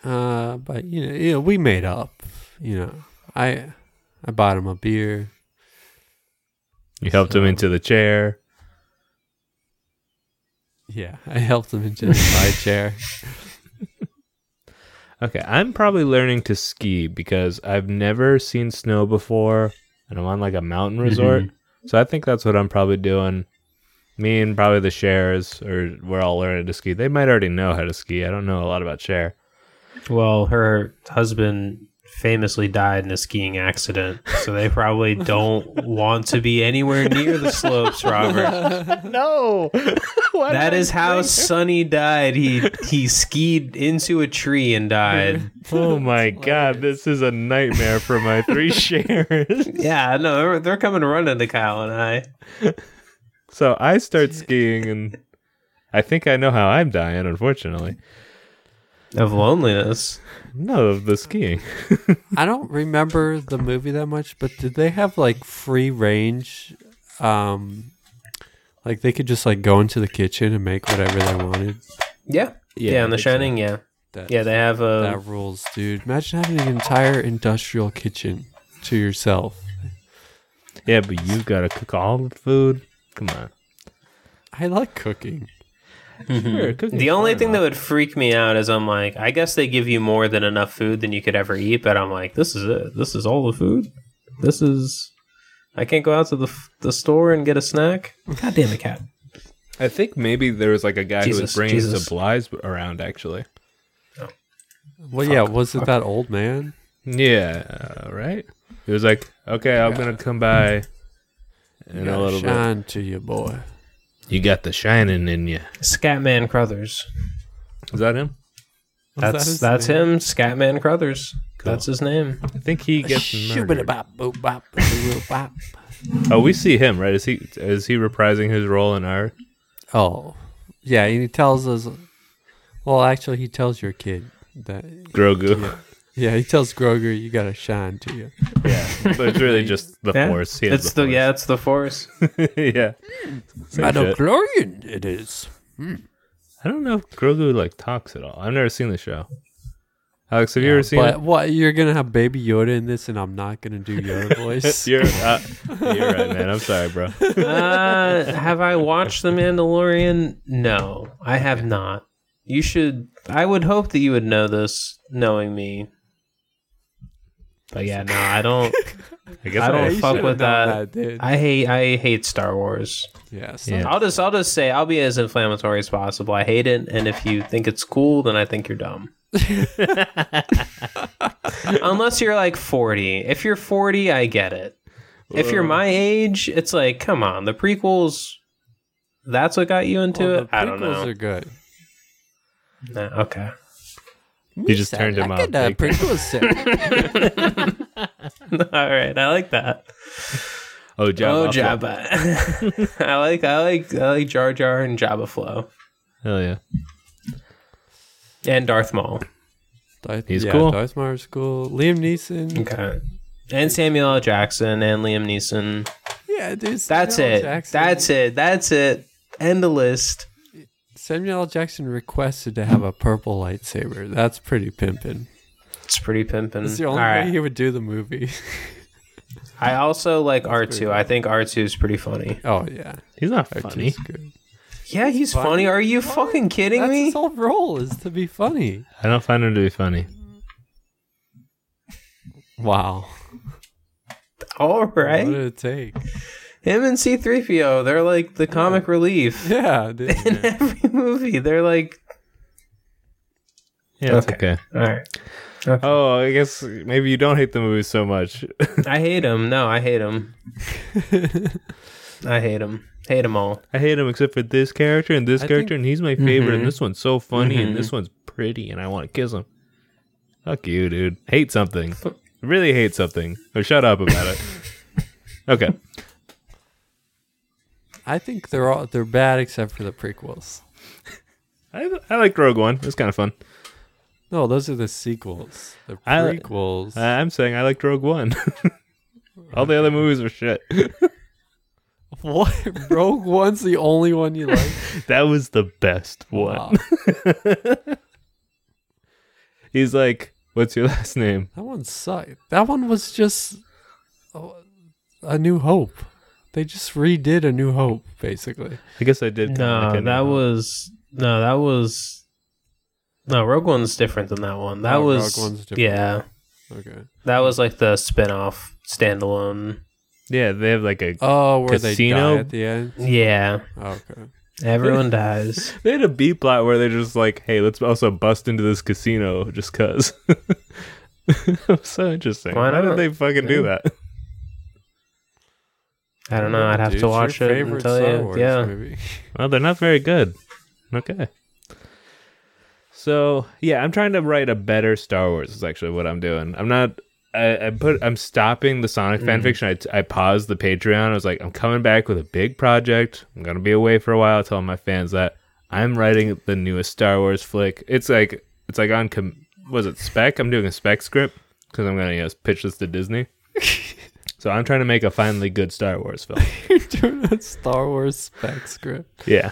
Uh, but you know, you know, we made up. You know, I I bought him a beer. You helped him So- into the chair. Yeah, I helped him <laughs> into my chair. Okay, I'm probably learning to ski because I've never seen snow before, and I'm on like a mountain resort, so I think that's what I'm probably doing. Me and probably the shares, or we're all learning to ski. They might already know how to ski. I don't know a lot about share. Well, her husband famously died in a skiing accident, so they probably <laughs> don't want to be anywhere near the slopes, Robert. no. Why That did I is how bring- Sonny died. <laughs> He he skied into a tree and died. <laughs> Oh my god, this is a nightmare for my three shares. Yeah, no, they're, they're coming running to Kyle and I. So I <laughs> start skiing and I think I know how I'm dying, unfortunately. Of loneliness. No, of the skiing. <laughs> I don't remember the movie that much, but did they have like free range? Um, like they could just like go into the kitchen and make whatever they wanted. Yeah. Yeah, I in The think so. Shining, yeah. That, Yeah, they have a that rules, dude. Imagine having an entire industrial kitchen to yourself. Yeah, but you've got to cook all the food. Come on. I like cooking. Sure, cooking. Hmm. <laughs> The only thing that would freak me out is I'm like, I guess they give you more than enough food than you could ever eat, but I'm like, this is it. This is all the food. This is. I can't go out to the f- the store and get a snack. God damn it, cat! I think maybe there was like a guy who was Jesus, bringing Jesus. supplies around actually. Well, yeah, was it that old <laughs> man? Yeah, uh, right? He was like, "Okay, I'm going to come by in a Gotta little bit." shine to you, boy. You got the shining in you. Scatman Crothers. Is that him? Was That's his that's name? him. Scatman Crothers. That's his name. I think he gets murdered. Shibbidi-bop, boop, bop, boop, bop. Oh, we see him, right? Is he is he reprising his role in our? Oh, yeah. He tells us. Well, actually, he tells your kid that. Grogu. <laughs> Yeah, he tells Groger, "You gotta shine to you." but it's really just the Yeah. force. He has It's the, yeah, it's the Force. force. <laughs> yeah. Same shit. Midichlorian it is. I don't know if Grogu like talks at all. I've never seen the show. Alex, have you ever seen but it? what you're gonna have Baby Yoda in this, and I'm not gonna <laughs> do Yoda voice. <laughs> You're, uh, you're right, man. I'm sorry, bro. uh, have I watched The Mandalorian? No, I have not. You should. I would hope that you would know this, knowing me. But yeah, no, I <laughs> don't. I guess I I don't You fuck should've with known that. dude. I hate. I hate Star Wars. yeah, Yeah. I'll just. I'll just say. I'll be as inflammatory as possible. I hate it, and if you think it's cool, then I think you're dumb. Unless you're like 40. If you're 40, I get it. If you're my age, it's like, come on, the prequels. That's what got you into Well, it. I don't know. are good. Nah, okay. <laughs> You just turned him off. uh, The big time. <laughs> prequels. All right, I like that. <laughs> Oh, Jabba. oh, Hutt. Jabba. <laughs> I like. I like. I like Jar Jar and Jabba Flow Hell yeah. and Darth Maul. Darth, He's yeah, cool. Mm. Darth Maul's cool. Liam Neeson. Okay. And Samuel L. Jackson and Liam Neeson. Yeah, dude. That's Samuel L. it. Jackson. That's it. That's it. End the list. Samuel L. Jackson requested to have a purple lightsaber. That's pretty Mm. pimpin'. It's pretty pimping. That's the only way he would do the movie. <laughs> I also like R two. I think R two is pretty funny. oh yeah, He's not R2's funny. good. Yeah, he's funny. Are you fucking kidding That's me? his whole role is to be funny. I don't find him to be funny. Wow, All right. what did it take? Him and C three PO. They're like the comic relief Yeah, <laughs> dude. in every movie. They're like, Yeah, it's Okay. okay. all right. Oh, I guess maybe you don't hate the movie so much. I hate him. No, I hate him. I hate him. Hate them all. I hate him except for this character and this I character, think- and he's my favorite. Mm-hmm. And this one's so funny, and this one's pretty, and I want to kiss him. Fuck you, dude. Hate something. really hate something. Or shut up about <laughs> it. okay. I think they're all they're bad except for the prequels. I, I like Rogue One. It's kind of fun. No, those are the sequels. The I li- prequels. I, I'm saying I liked Rogue One. <laughs> All the other movies were shit. <laughs> what? <laughs> Rogue One's the only one you <laughs> like. That was the best one. Wow. He's like, What's your <laughs> last name? That one sucked. That one was just oh, a New Hope. They just redid a New Hope, basically. I guess I did. kinda No, like it that now. was no, that was no. Rogue One's different than that one. That Oh, was Rogue One's different. yeah. Okay. That was like the spin-off standalone. Yeah, they have like a Oh, where they Casino? die at the end. Oh, Yeah, Okay. Everyone dies. <laughs> They had a B plot where they're just like, hey, let's also bust into this casino just cause. <laughs> so interesting. Why Why, not? did they fucking do that? I don't know. I'd have Dude, to it's your watch it favorite and tell Star you. Wars yeah. movie. <laughs> Well, they're not very good. Okay. So yeah, I'm trying to write a better Star Wars. Is actually what I'm doing. I'm not. I, I put. I'm stopping the Sonic fanfiction. I, t- I paused the Patreon. I was like, I'm coming back with a big project. I'm gonna be away for a while. Telling my fans that I'm writing the newest Star Wars flick. It's like it's like on com- was it spec? I'm doing a spec script because I'm gonna you know, pitch this to Disney. so I'm trying to make a finally good Star Wars film. You're doing a Star Wars spec script. Yeah.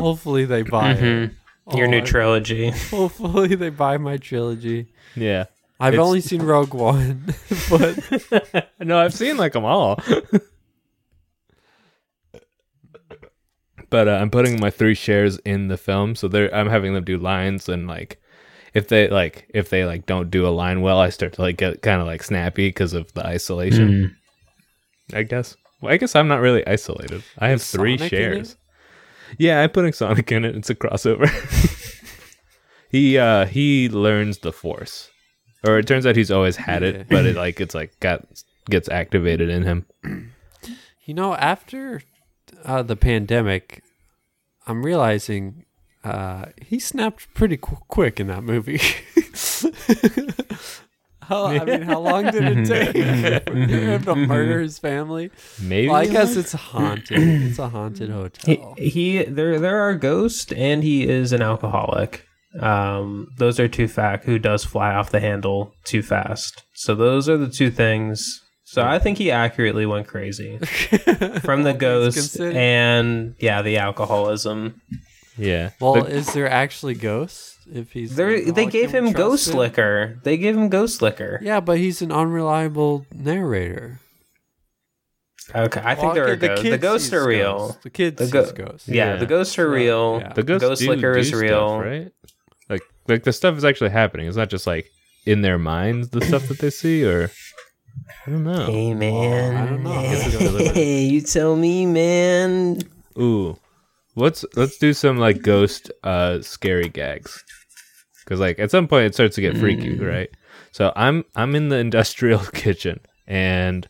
Hopefully they buy it. Mm-hmm. Your Oh, new I- trilogy. <laughs> Hopefully they buy my trilogy. Yeah. I've It's- only seen Rogue One, <laughs> but <laughs> No, I've seen like them all. but uh, I'm putting my three shares in the film, so they're I'm having them do lines and like if they like if they like don't do a line well, I start to like get kind of like snappy because of the isolation. Mm. I guess. Well, I guess I'm not really isolated. I have Is three Sonic in shares. Yeah, I'm putting Sonic in it. It's a crossover. <laughs> he uh he learns the Force, or it turns out he's always had Yeah. it, but it like it's like got gets activated in him. you know, after uh, the pandemic, I'm realizing uh, he snapped pretty qu- quick in that movie. <laughs> how, I mean, how long did <laughs> it take for him to murder his family? Maybe <laughs> Well, I guess it's haunted. It's a haunted He, oh. <laughs> hotel. <laughs> he there there are ghosts and he is an alcoholic. Um, those are two fact who does fly off the handle too fast. So those are the two things. So I think he accurately went crazy from <laughs> the ghost considered. and yeah, the alcoholism. yeah. Well, The- is there actually ghosts? If he's There an they alcoholic, gave can we him trust ghost him? liquor. They gave him ghost liquor. Yeah, but he's an unreliable narrator. Okay, I think Well, there okay, are ghosts. The kid ghosts sees are real. ghosts. The kids The go- sees ghosts. Yeah, Yeah. the ghosts are Yeah. real. Yeah. the ghost, ghost do- liquor do is stuff, real. right? Like like the stuff is actually happening. It's not just like in their minds the stuff that they see, or I don't know. Hey man, I don't know. I guess it's deliberate. <laughs> Hey, you tell me, man. Ooh, let's let's do some like ghost uh scary gags, because like at some point it starts to get freaky, Mm. right? So I'm I'm in the <laughs> industrial kitchen and.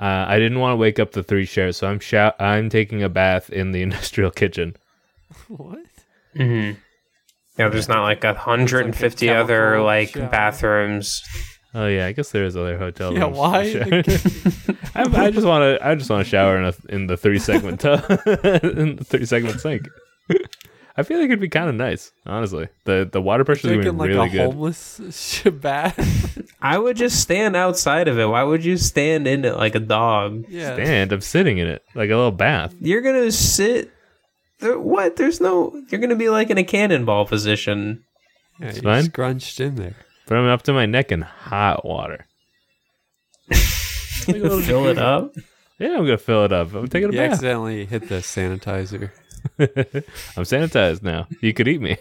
Uh, I didn't want to wake up the three shares, so I'm shou- I'm taking a bath in the <laughs> industrial kitchen. <laughs> What? hmm Yeah, there's not like a hundred and fifty other telephone like shower. bathrooms. Oh yeah, I guess there is other hotel. Yeah, rooms for <laughs> why? sure. The kid- I, I just want to. I just want to shower in a, in the three segment <laughs> tub in the three segment sink. <laughs> I feel like it'd be kind of nice, honestly. the The water pressure is drinking been like really a good. homeless <laughs> shabat. I would just stand outside of it. Why would you stand in it like a dog? yeah. And I'm sitting in it like a little bath. You're gonna sit. There, what? There's no. You're gonna be like in a cannonball position. yeah you fine. scrunched in there. But I'm up to my neck in hot water. <laughs> Fill it up. Yeah, I'm gonna fill it up. I'm taking a You bath. accidentally hit the sanitizer. <laughs> I'm sanitized now. You could eat me,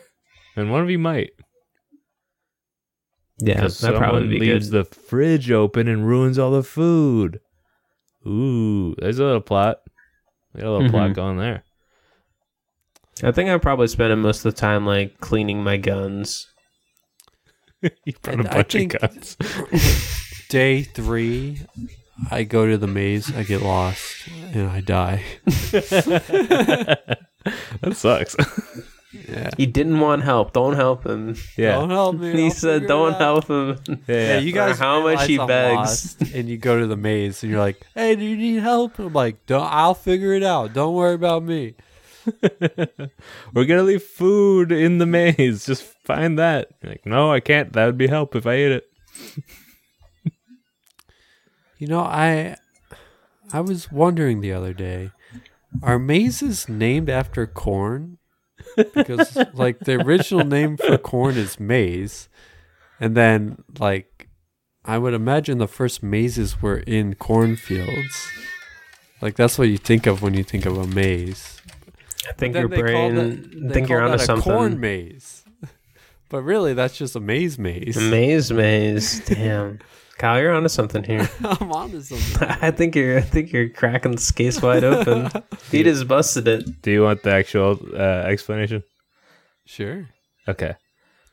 and one of you might. Yeah, Because that probably be good. leaves the fridge open and ruins all the food. Ooh, there's a little plot. We got a little plot Mhm. going there. <laughs> I think I'm probably spending most of the time like cleaning my guns. You brought And a I bunch think- of guns. <laughs> Day three, I go to the maze, I get lost, and I die. <laughs> That sucks. <laughs> Yeah. He didn't want help. Don't help him. Don't help me. He I'll said, figure it "Don't help out." <laughs> him." Yeah, Yeah. you No matter guys. how much realize he I'm begs. lost, and you go to the maze, and you're like, "Hey, do you need help?" And I'm like, "Don't. I'll figure it out. Don't worry about me." We're gonna leave food in the maze. Just find that. You're like, no, I can't. That would be help if I ate it. You know, I I was wondering the other day, are mazes named after corn? Because <laughs> like the original name for corn is maize, and then like I would imagine the first mazes were in cornfields. Like that's what you think of when you think of a maze. I think Then your they call brain. that- I they think you're call onto that a something. Corn <laughs> maze, but really that's just a maize maze. maze, maze. Damn. Kyle, you're onto something <laughs> here. <laughs> I'm on to something. I think you're I think you're cracking this case wide <laughs> open. he just busted it. Do you want the actual uh, explanation? Sure. Okay.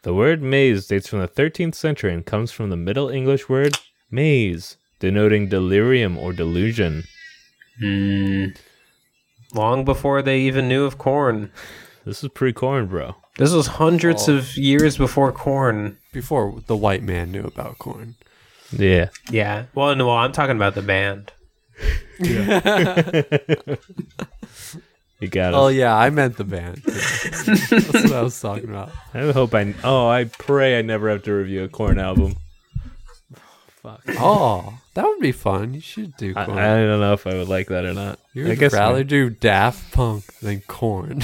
The word maze dates from the 13th century and comes from the Middle English word maze, denoting delirium or delusion. Long before they even knew of corn. This is pre corn, bro. This was hundreds Oh. of years before corn. Before the white man knew about corn. <laughs> Yeah. Yeah. Well, no, I'm talking about the band. You got Oh us. yeah, I meant the <laughs> band. That's what I was talking about. I hope I. Oh, I pray I never have to review a corn album. Oh, that would be fun. You should do I, corn. I don't know if I would like that or not. you I would guess. rather do Daft Punk than corn.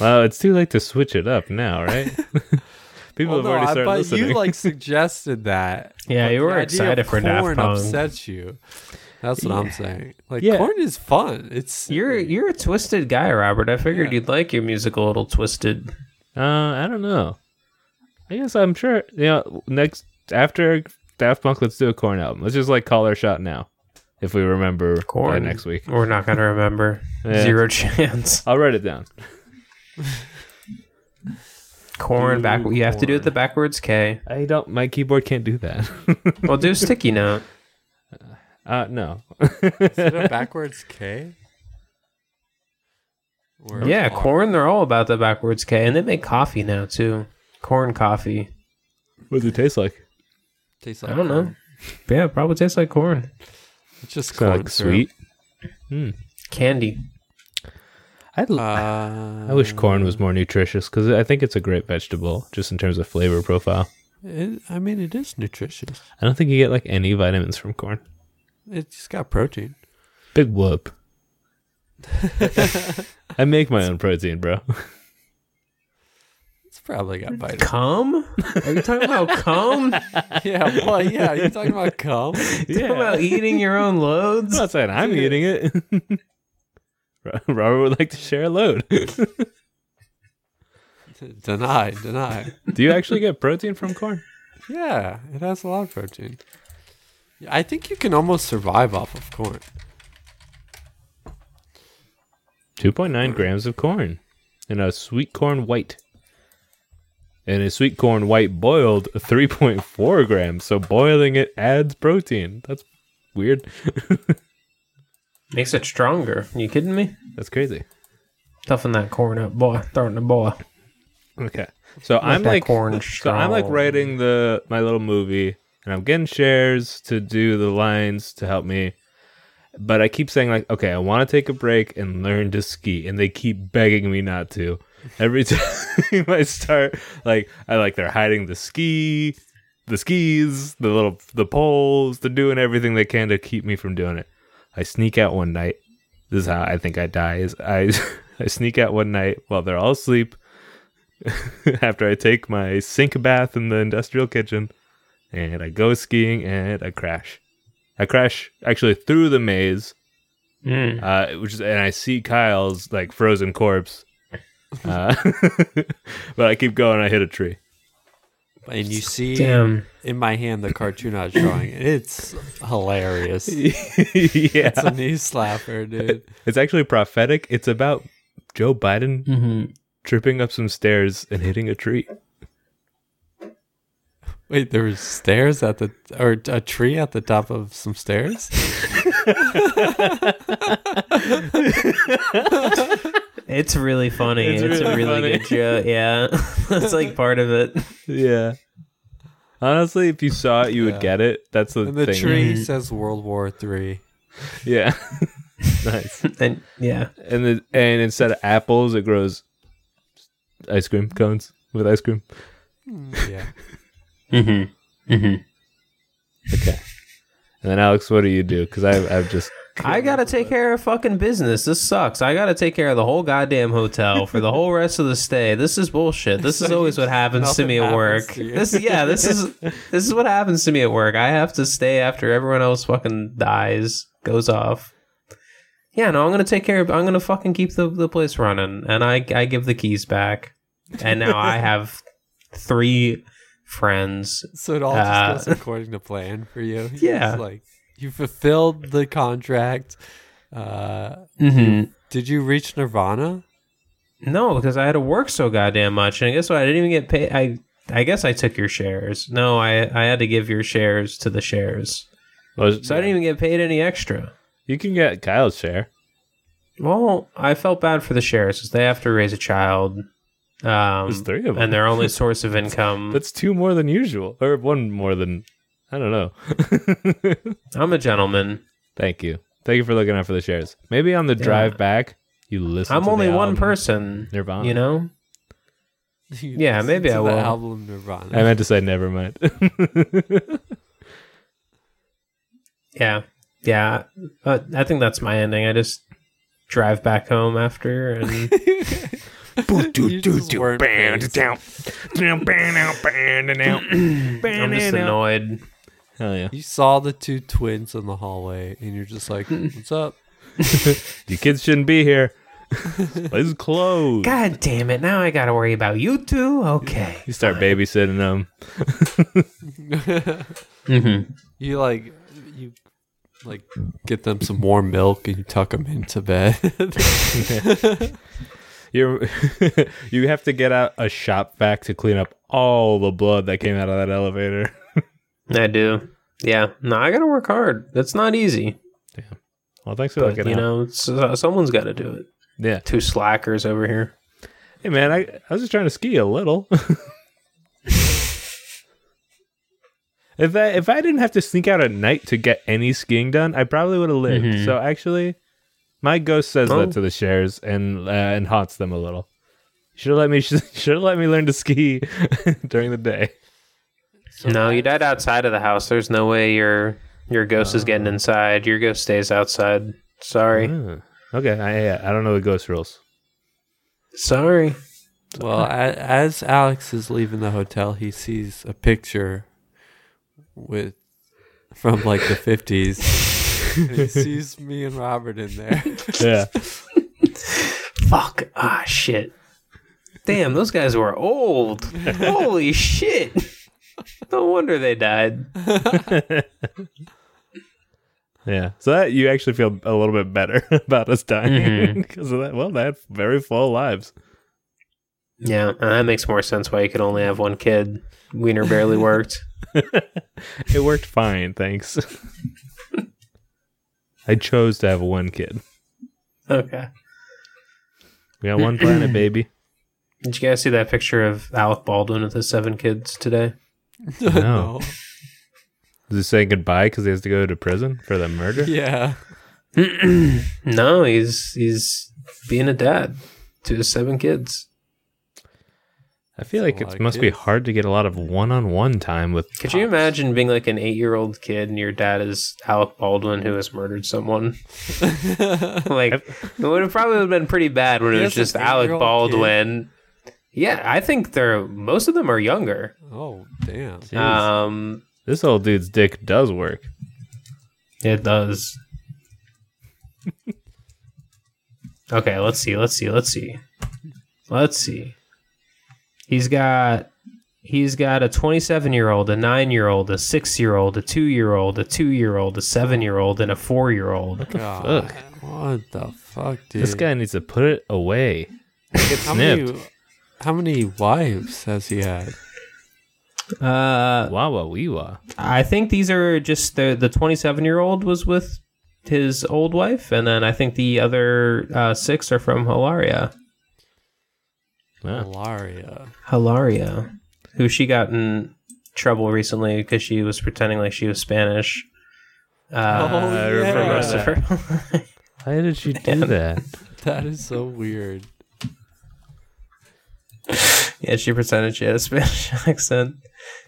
Well, it's too late to switch it up now, right? <laughs> <laughs> People have already started but listening. you like <laughs> suggested that. Yeah, But you the were idea excited of for Daft corn Punk. upsets you. That's what I'm saying. Like Yeah. corn is fun. <laughs> It's You're you're a twisted guy, Robert. I figured you'd like your music a little twisted. Uh, I don't know. I guess I'm sure. You know, next after Daft Punk, let's do a corn album. Let's just like call our shot now, if we remember by Corn. next week. We're not gonna <laughs> remember. Yeah. Zero chance. I'll write it down. Corn back. You have to do it the backwards K. I don't. My keyboard can't do that. <laughs> Well, do <laughs> sticky note. uh, no. <laughs> Is it a backwards K? Or Yeah, R? corn. They're all about the backwards K, and they make coffee now too. Corn coffee. What does it taste like? Tastes I like don't know. corn. Yeah, it probably tastes like corn It's just corn Kind of like sweet. candy. I syrup. Uh, I wish corn was more nutritious because I think it's a great vegetable just in terms of flavor profile. It, I mean, it is nutritious. I don't think you get like any vitamins from corn. It's got protein. Big whoop. <laughs> I make my own protein, bro. It's probably got vitamins. Cum? Are you talking about <laughs> cum? Talking yeah, well, yeah. You're talking about cum. <laughs> about eating your own I'm loads? not saying I'm eating it. <laughs> Ro- Robert would like to share a load. <laughs> deny, deny. Do you actually get protein from corn? Yeah, it has a lot of protein. Yeah, I think you can almost survive off of corn. 2.9 grams of corn in a sweet corn white. And a sweet corn white boiled 3.4 grams. So boiling it adds protein. That's weird. <laughs> Makes it stronger. You kidding me? That's crazy. Toughen that corn up, boy. Throw it in the boy. Okay. So I'm that like corn so I'm like strong. writing the my little movie and I'm getting shares to do the lines to help me. But I keep saying like, okay, I want to take a break and learn to ski and they keep begging me not to. Every <laughs> time I start like I like they're hiding the ski, the skis, the little the poles, they're doing everything they can to keep me from doing it. I sneak out one night. This is how I think I die is I <laughs> I sneak out one night while they're all asleep <laughs> after I take my sink bath in the industrial kitchen and I go skiing and I crash. I crash actually through the maze, Mm. uh, which is, and I see Kyle's like frozen corpse. Uh, <laughs> but I keep going. I hit a tree. <laughs> And you see Damn. in my hand the cartoon I was drawing. It's hilarious. It's yeah, a knee slapper, dude. it's actually prophetic. It's about Joe Hmm. Biden Mm-hmm. tripping up some stairs and hitting a tree. Wait, there was stairs at the or a tree at the top of some stairs? It's really funny. It's, It's a really funny. really good joke. Yeah, <laughs> that's like part of it. Yeah. Honestly, if you saw it, you would Yeah. get it. That's the, And the thing. tree says World War Three. Yeah. <laughs> nice. And yeah, and the, and instead of apples, it grows ice cream cones with ice cream. Yeah. mm-hmm. Mm-hmm. Okay. And then Alex, what do you do? Because I've I've just I gotta take care of fucking business. This sucks. I gotta take care of the whole goddamn hotel for the whole rest of the stay. This is bullshit. This is <laughs> So always you- what happens to nothing me at happens work. to you. This yeah, this is <laughs> this is what happens to me at work. I have to stay after everyone else fucking dies, goes off. Yeah, no, I'm gonna take care of I'm gonna fucking keep the, the place <laughs> running. And I I give the keys back. And now I have three friends. So it all Uh, <laughs> just goes according to plan for you. It's Yeah. like you fulfilled the contract. Uh, Mm-hmm. did you reach Nirvana? <laughs> No, because I had to work so goddamn much, and guess what? I didn't even get paid. I I guess I took your shares. No, I I had to give your shares to the shares, <laughs> so I didn't even get paid any extra. You can get Kyle's share. Well, I felt bad for the shares because they have to raise a child. Um, There's three of them. and their <laughs> only source of income. That's two more than usual, or one more than I don't know. I'm a gentleman. <laughs> Thank you. Thank you for looking out for the shares. Maybe on the Yeah. drive back, you listen. I'm to only the one album person. Nirvana. You know, You Yeah, listened maybe to I the will. album Nirvana. I meant to say never mind. <laughs> Yeah, yeah. But I think that's my ending. I just drive back home after, <laughs> and <laughs> You just weren't phased. I'm just annoyed. Hell yeah. You saw the two twins in the hallway, and you're <laughs> just like, "What's up?" You kids shouldn't be here. This place is closed. God damn it! Now I got to worry about you two. Okay. You start babysitting them. <laughs> Mm-hmm. You like you like get them some warm milk, and you tuck them into bed. <laughs> You <laughs> you have to get out a shop vac to clean up all the blood that came out of that elevator. <laughs> I do. Yeah. No, I got to work hard. That's not easy. Well, thanks for But looking you out. know, it's, uh, someone's got to do it. Yeah. Two slackers over here. Hey man, I, I was just trying to ski a little. <laughs> if I if I didn't have to sneak out at night to get any skiing done, I probably would have lived. Mhm. So actually, my ghost says Oh. that to the shares and uh, and haunts them a little. Should have let me <laughs> should have let me learn to ski <laughs> during the day. no, you died outside of the house. There's no way your your ghost is getting inside. Your ghost stays outside. Sorry. Ah. Okay, I yeah, I don't know the ghost <laughs> rules. Sorry. <laughs> Well, a- as Alex is leaving the hotel, he sees a picture with from like the 50s. and <laughs> he sees me and Robert in there. <laughs> Yeah, Fuck. Ah, shit. Damn, those guys were old. Holy shit. No wonder they died. <laughs> yeah. So that you actually feel a little bit better <laughs> about us <laughs> dying because of that. Well, they had very full lives. <laughs> Yeah, and that makes more sense why you could only have one kid. Wiener barely worked. It worked fine, thanks. <laughs> I chose to have one kid. Okay. We got one <clears throat> planet, baby. Did you guys see that picture of Alec Baldwin with his seven kids today? <laughs> No. Is he saying goodbye because he has to go to prison for the murder? <laughs> Yeah. <laughs> no, he's he's being a dad to his seven kids. I feel like That's a lot it of must be kids. hard to get a lot of one-on-one time with. Could you imagine being like an eight year old kid and your dad is Alec Baldwin who has murdered someone? <laughs> like, it would have probably been pretty bad when it He was has an just Alec eight-year-old Baldwin. Yeah, I think they're most of them are younger. oh, damn. Jeez. Um, this old dude's dick does work. it does. okay, let's see, let's see, let's see, let's see. He's got he's got a 27 year old, a nine year old, a six year old, a two year old, a two year old, a seven year old, and a four year old. God. What the fuck, dude? This guy needs to put it away. gets how Many, how many wives has he had? Uh, Wah wah wee wah. I think these are just the the 27 year old was with his old wife, and then I think the other uh, six are from Hilaria. Wow. Hilaria. Hilaria, who she got in trouble recently because she was pretending like she was Spanish. Uh, I Oh, yeah. for remember most of that. her. <laughs> Why did she do that? That is <laughs> so weird. yeah, she pretended she had a <laughs> Spanish accent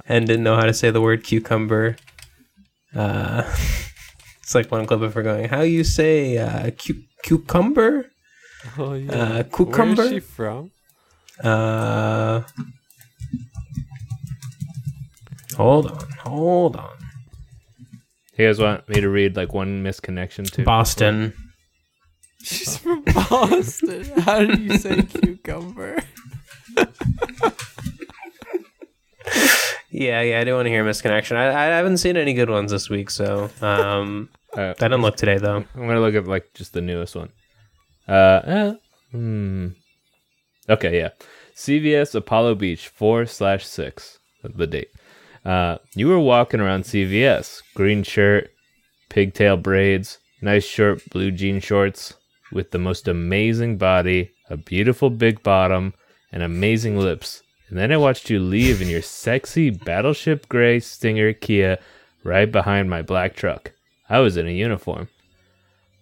and didn't know how to say the word cucumber. Uh, <laughs> it's like one clip of her going, "How you say uh, cu- cucumber?" Oh, yeah. Uh, cucumber? Where is she from? Uh, hold on, hold on. You guys want me to read like one misconnection to Boston. <laughs> She's from Boston. How do you say cucumber? Yeah, yeah, I do want to hear Misconnection. I, I haven't seen any good ones this week, so um, <laughs> Uh, I didn't look today though. I'm gonna look at like just the newest one. Uh, eh, hmm. Okay, yeah. CVS Apollo Beach four slash six. The date. Uh, you were walking around CVS, green shirt, pigtail braids, nice short blue jean shorts, with the most amazing body, a beautiful big bottom, and amazing lips. And then I watched you leave in your sexy battleship gray Stinger Kia, right behind my black truck. I was in a uniform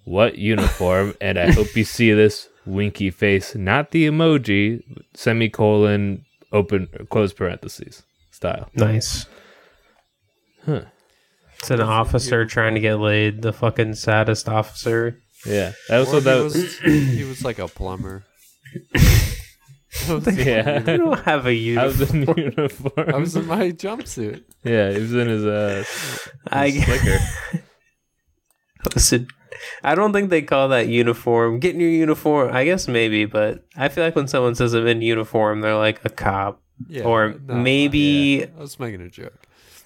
what uniform and i hope you see this winky face not the emoji semicolon open close parentheses style Nice. Hmm. Huh. It's an officer trying to get laid. The fucking <laughs> saddest officer. yeah that was Or what that he was, was, he was like a <laughs> plumber. You <laughs> yeah <laughs> don't have a i uniform. was in I was uniform in my jumpsuit. <laughs> yeah he was in his uh I, his slicker Listen, I don't think they call that uniform. Get in your uniform. I guess maybe, but I feel like when someone says I'm in uniform, they're like a cop. Yeah, or no, maybe, I was making a joke.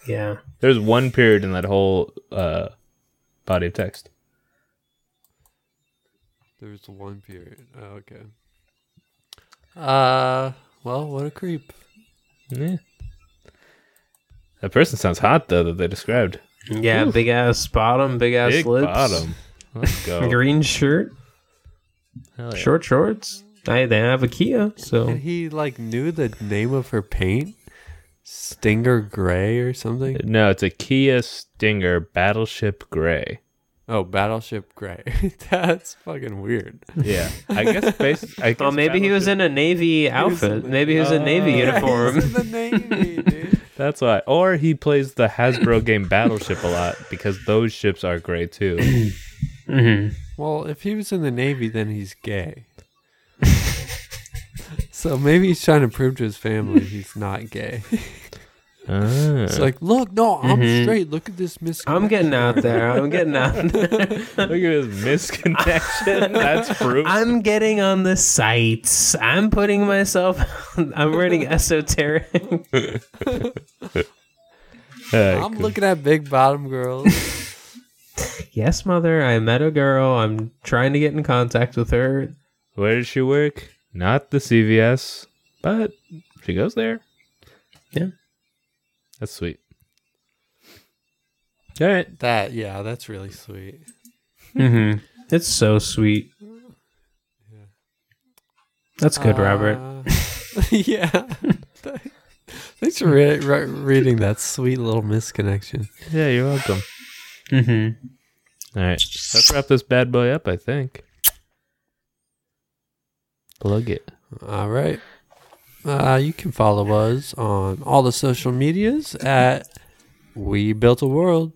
yeah. there's one period in that whole uh body of text There was one period. Oh, okay. Uh, well, what a creep. yeah that person sounds hot though that they described Yeah, big ass bottom, big ass big lips. bottom let's <laughs> go Green shirt, Hell yeah. short shorts. I they have a Kia, so And he like knew the name of her paint, Stinger Gray or something. no it's a kia stinger battleship gray Oh, Battleship Gray. <laughs> That's fucking weird. Yeah, I guess based. I guess well maybe he was Battleship- in a navy was in outfit. the- Maybe he was in a navy Oh. uniform. <laughs> the Navy, dude. That's why, or he plays the Hasbro game Battleship a lot because those ships are gray <laughs> too. Mm-hmm. Mhm. Well, if he was in the Navy, then he's <laughs> gay. so maybe he's trying to prove to his family he's not gay. <laughs> Ah. <laughs> It's like, look, no, I'm straight. Look at this miss. Mm-hmm. I'm getting out there. I'm getting <laughs> out there. look at his <laughs> misconnection. That's proof. I'm getting on the sites. I'm putting myself. <laughs> I'm writing esoteric. <laughs> Uh, I'm looking at big <laughs> bottom girls. yes, mother. I met a girl. I'm trying to get in contact with her. Where does she work? Not the CVS, but she goes there. Yeah. that's sweet. All right. that yeah, that's really sweet. Mm-hmm. It's so sweet. That's good, Robert. Uh, <laughs> <laughs> yeah. Thanks for re- re- reading that sweet little misconnection. Yeah, you're welcome. Mm-hmm. All right, let's wrap this bad boy up. I think. Plug it. All right. Uh, you can follow us on all the social medias at We Built a World.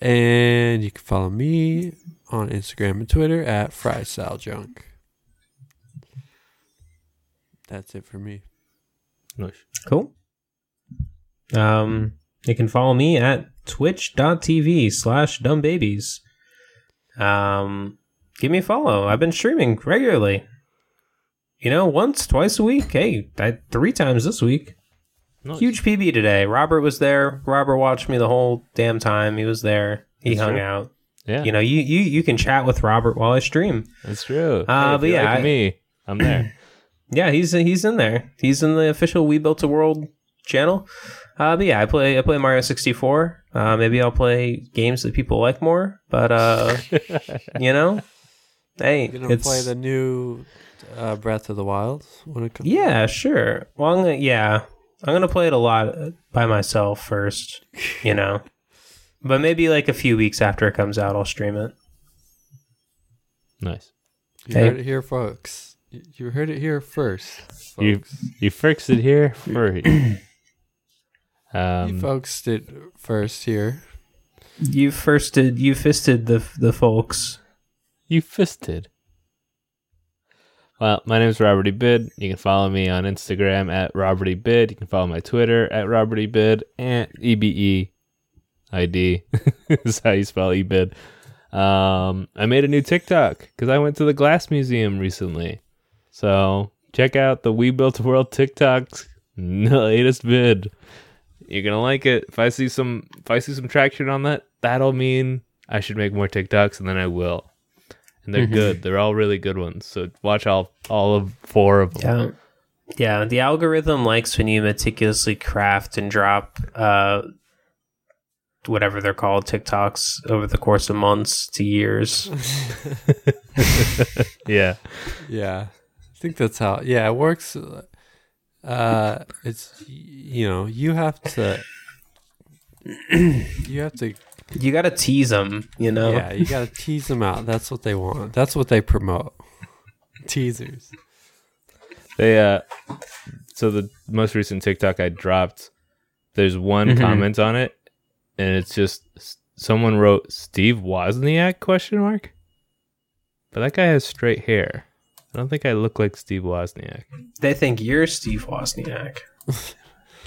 And you can follow me on Instagram and Twitter at Fry Sal Junk. That's it for me. Nice. Cool. Um, you can follow me at twitch.tv slash dumbbabies. Um, give me a follow. I've been streaming regularly. You know, once, twice a week. Hey, I, three times this week. Nice. Huge PB today. Robert was there. Robert watched me the whole damn time. He was there. He That's hung true. out. Yeah, You know, you, you you can chat with Robert while I stream. that's true. Uh, if but you yeah, like I- me, I'm there. Yeah, he's he's in there. He's in the official We Built a World channel. Uh, but yeah, I play I play Mario sixty four. Uh, maybe I'll play games that people like more. But <laughs> uh, you know, hey, You gonna it's play the new uh, Breath of the Wild when it comes? yeah, sure. Well, I'm gonna, yeah, I'm gonna play it a lot uh, by myself first. You know, but maybe like a few weeks after it comes out, I'll stream it. <clears throat> nice. You Hey. heard it here, folks. You- You heard it here first, folks. You You, you fixed it here first. <clears throat> um, folks did first here. <laughs> You firsted, you fisted the the folks. you fisted. Well, my name is Robert E. Bid. You can follow me on Instagram at Robert E. Bid. You can follow my Twitter at Robert E. Bid and E B E I D <laughs> is how you spell E Bid. Um, I made a new TikTok because I went to the Glass Museum recently. <laughs> So check out the We Built a World TikTok's latest vid. You're gonna like it. If I see some, if I see some traction on that, that'll mean I should make more TikToks, and then I will. And they're Mhm. good. They're all really good ones. So watch all all of four of them. Yeah. Yeah, the algorithm likes when you meticulously craft and drop uh whatever they're called TikToks over the course of months to years. Yeah. Yeah, I think that's how. Yeah, it works. Uh, it's y- you know you have to <clears throat> you have to You got to tease them, you know. yeah you got to tease them out. That's what they want. That's what they promote. Teasers. They uh so the most recent TikTok I dropped, there's one Mhm. comment on it and it's just s- someone wrote Steve Wozniak question mark. But that guy has straight hair. I don't think I look like Steve Wozniak. They think you're Steve Wozniak.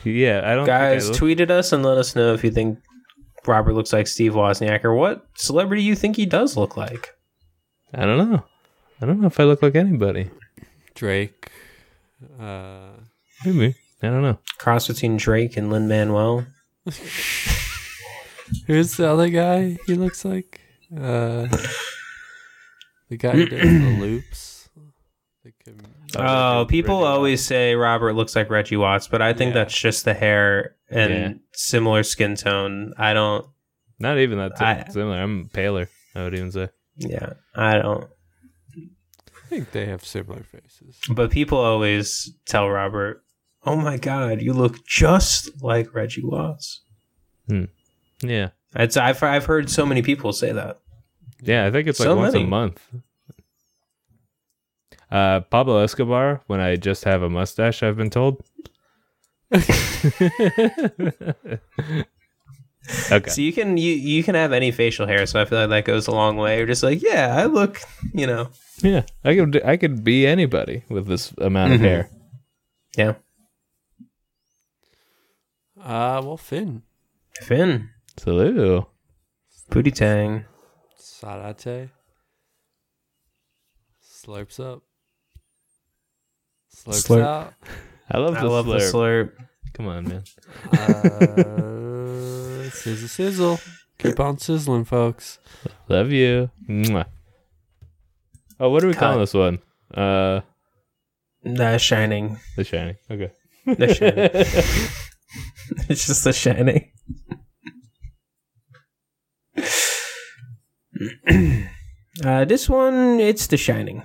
Yeah, I don't think Guys, I look- tweet at us and let us know if you think Robert looks like Steve Wozniak or what celebrity you think he does look like. I don't know. I don't know if I look like anybody. Drake. Uh, Maybe. I don't know. Cross between Drake and Lin Manuel. who's the other guy? He looks like uh, the guy who does the loops. The com- Oh, people Reggie always say Robert looks like Reggie Watts, but I think Yeah. that's just the hair and Yeah. similar skin tone. I don't. Not even that I- similar. I'm paler, I would even say. Yeah, I don't. I think they have similar faces. But people always tell Robert, "Oh my God, you look just like Reggie Watts." Yeah. It's I've I've heard so many people say that. Yeah, I think it's like So once many. a month. Uh, Pablo Escobar, when I just have a mustache, I've been <laughs> told. okay. So you can you you can have any facial hair, so I feel like that goes a long way. You're just like, yeah, I look, you know, Yeah, I could I could be anybody with this amount of Mhm. hair. yeah, Uh, well, Finn. Finn, Salute. booty tang. Sarate. Slurps up. Slurps Slurp. out. I love I the love slurp. the slurp. Come on, man. Uh, <laughs> sizzle, sizzle. Keep on sizzling, folks. Love you. Mwah. Oh, what are we Cut. calling this one? Uh, The shining, The Shining. Okay. the shining. <laughs> it's just the <clears throat> shining. uh, this one, it's the shining.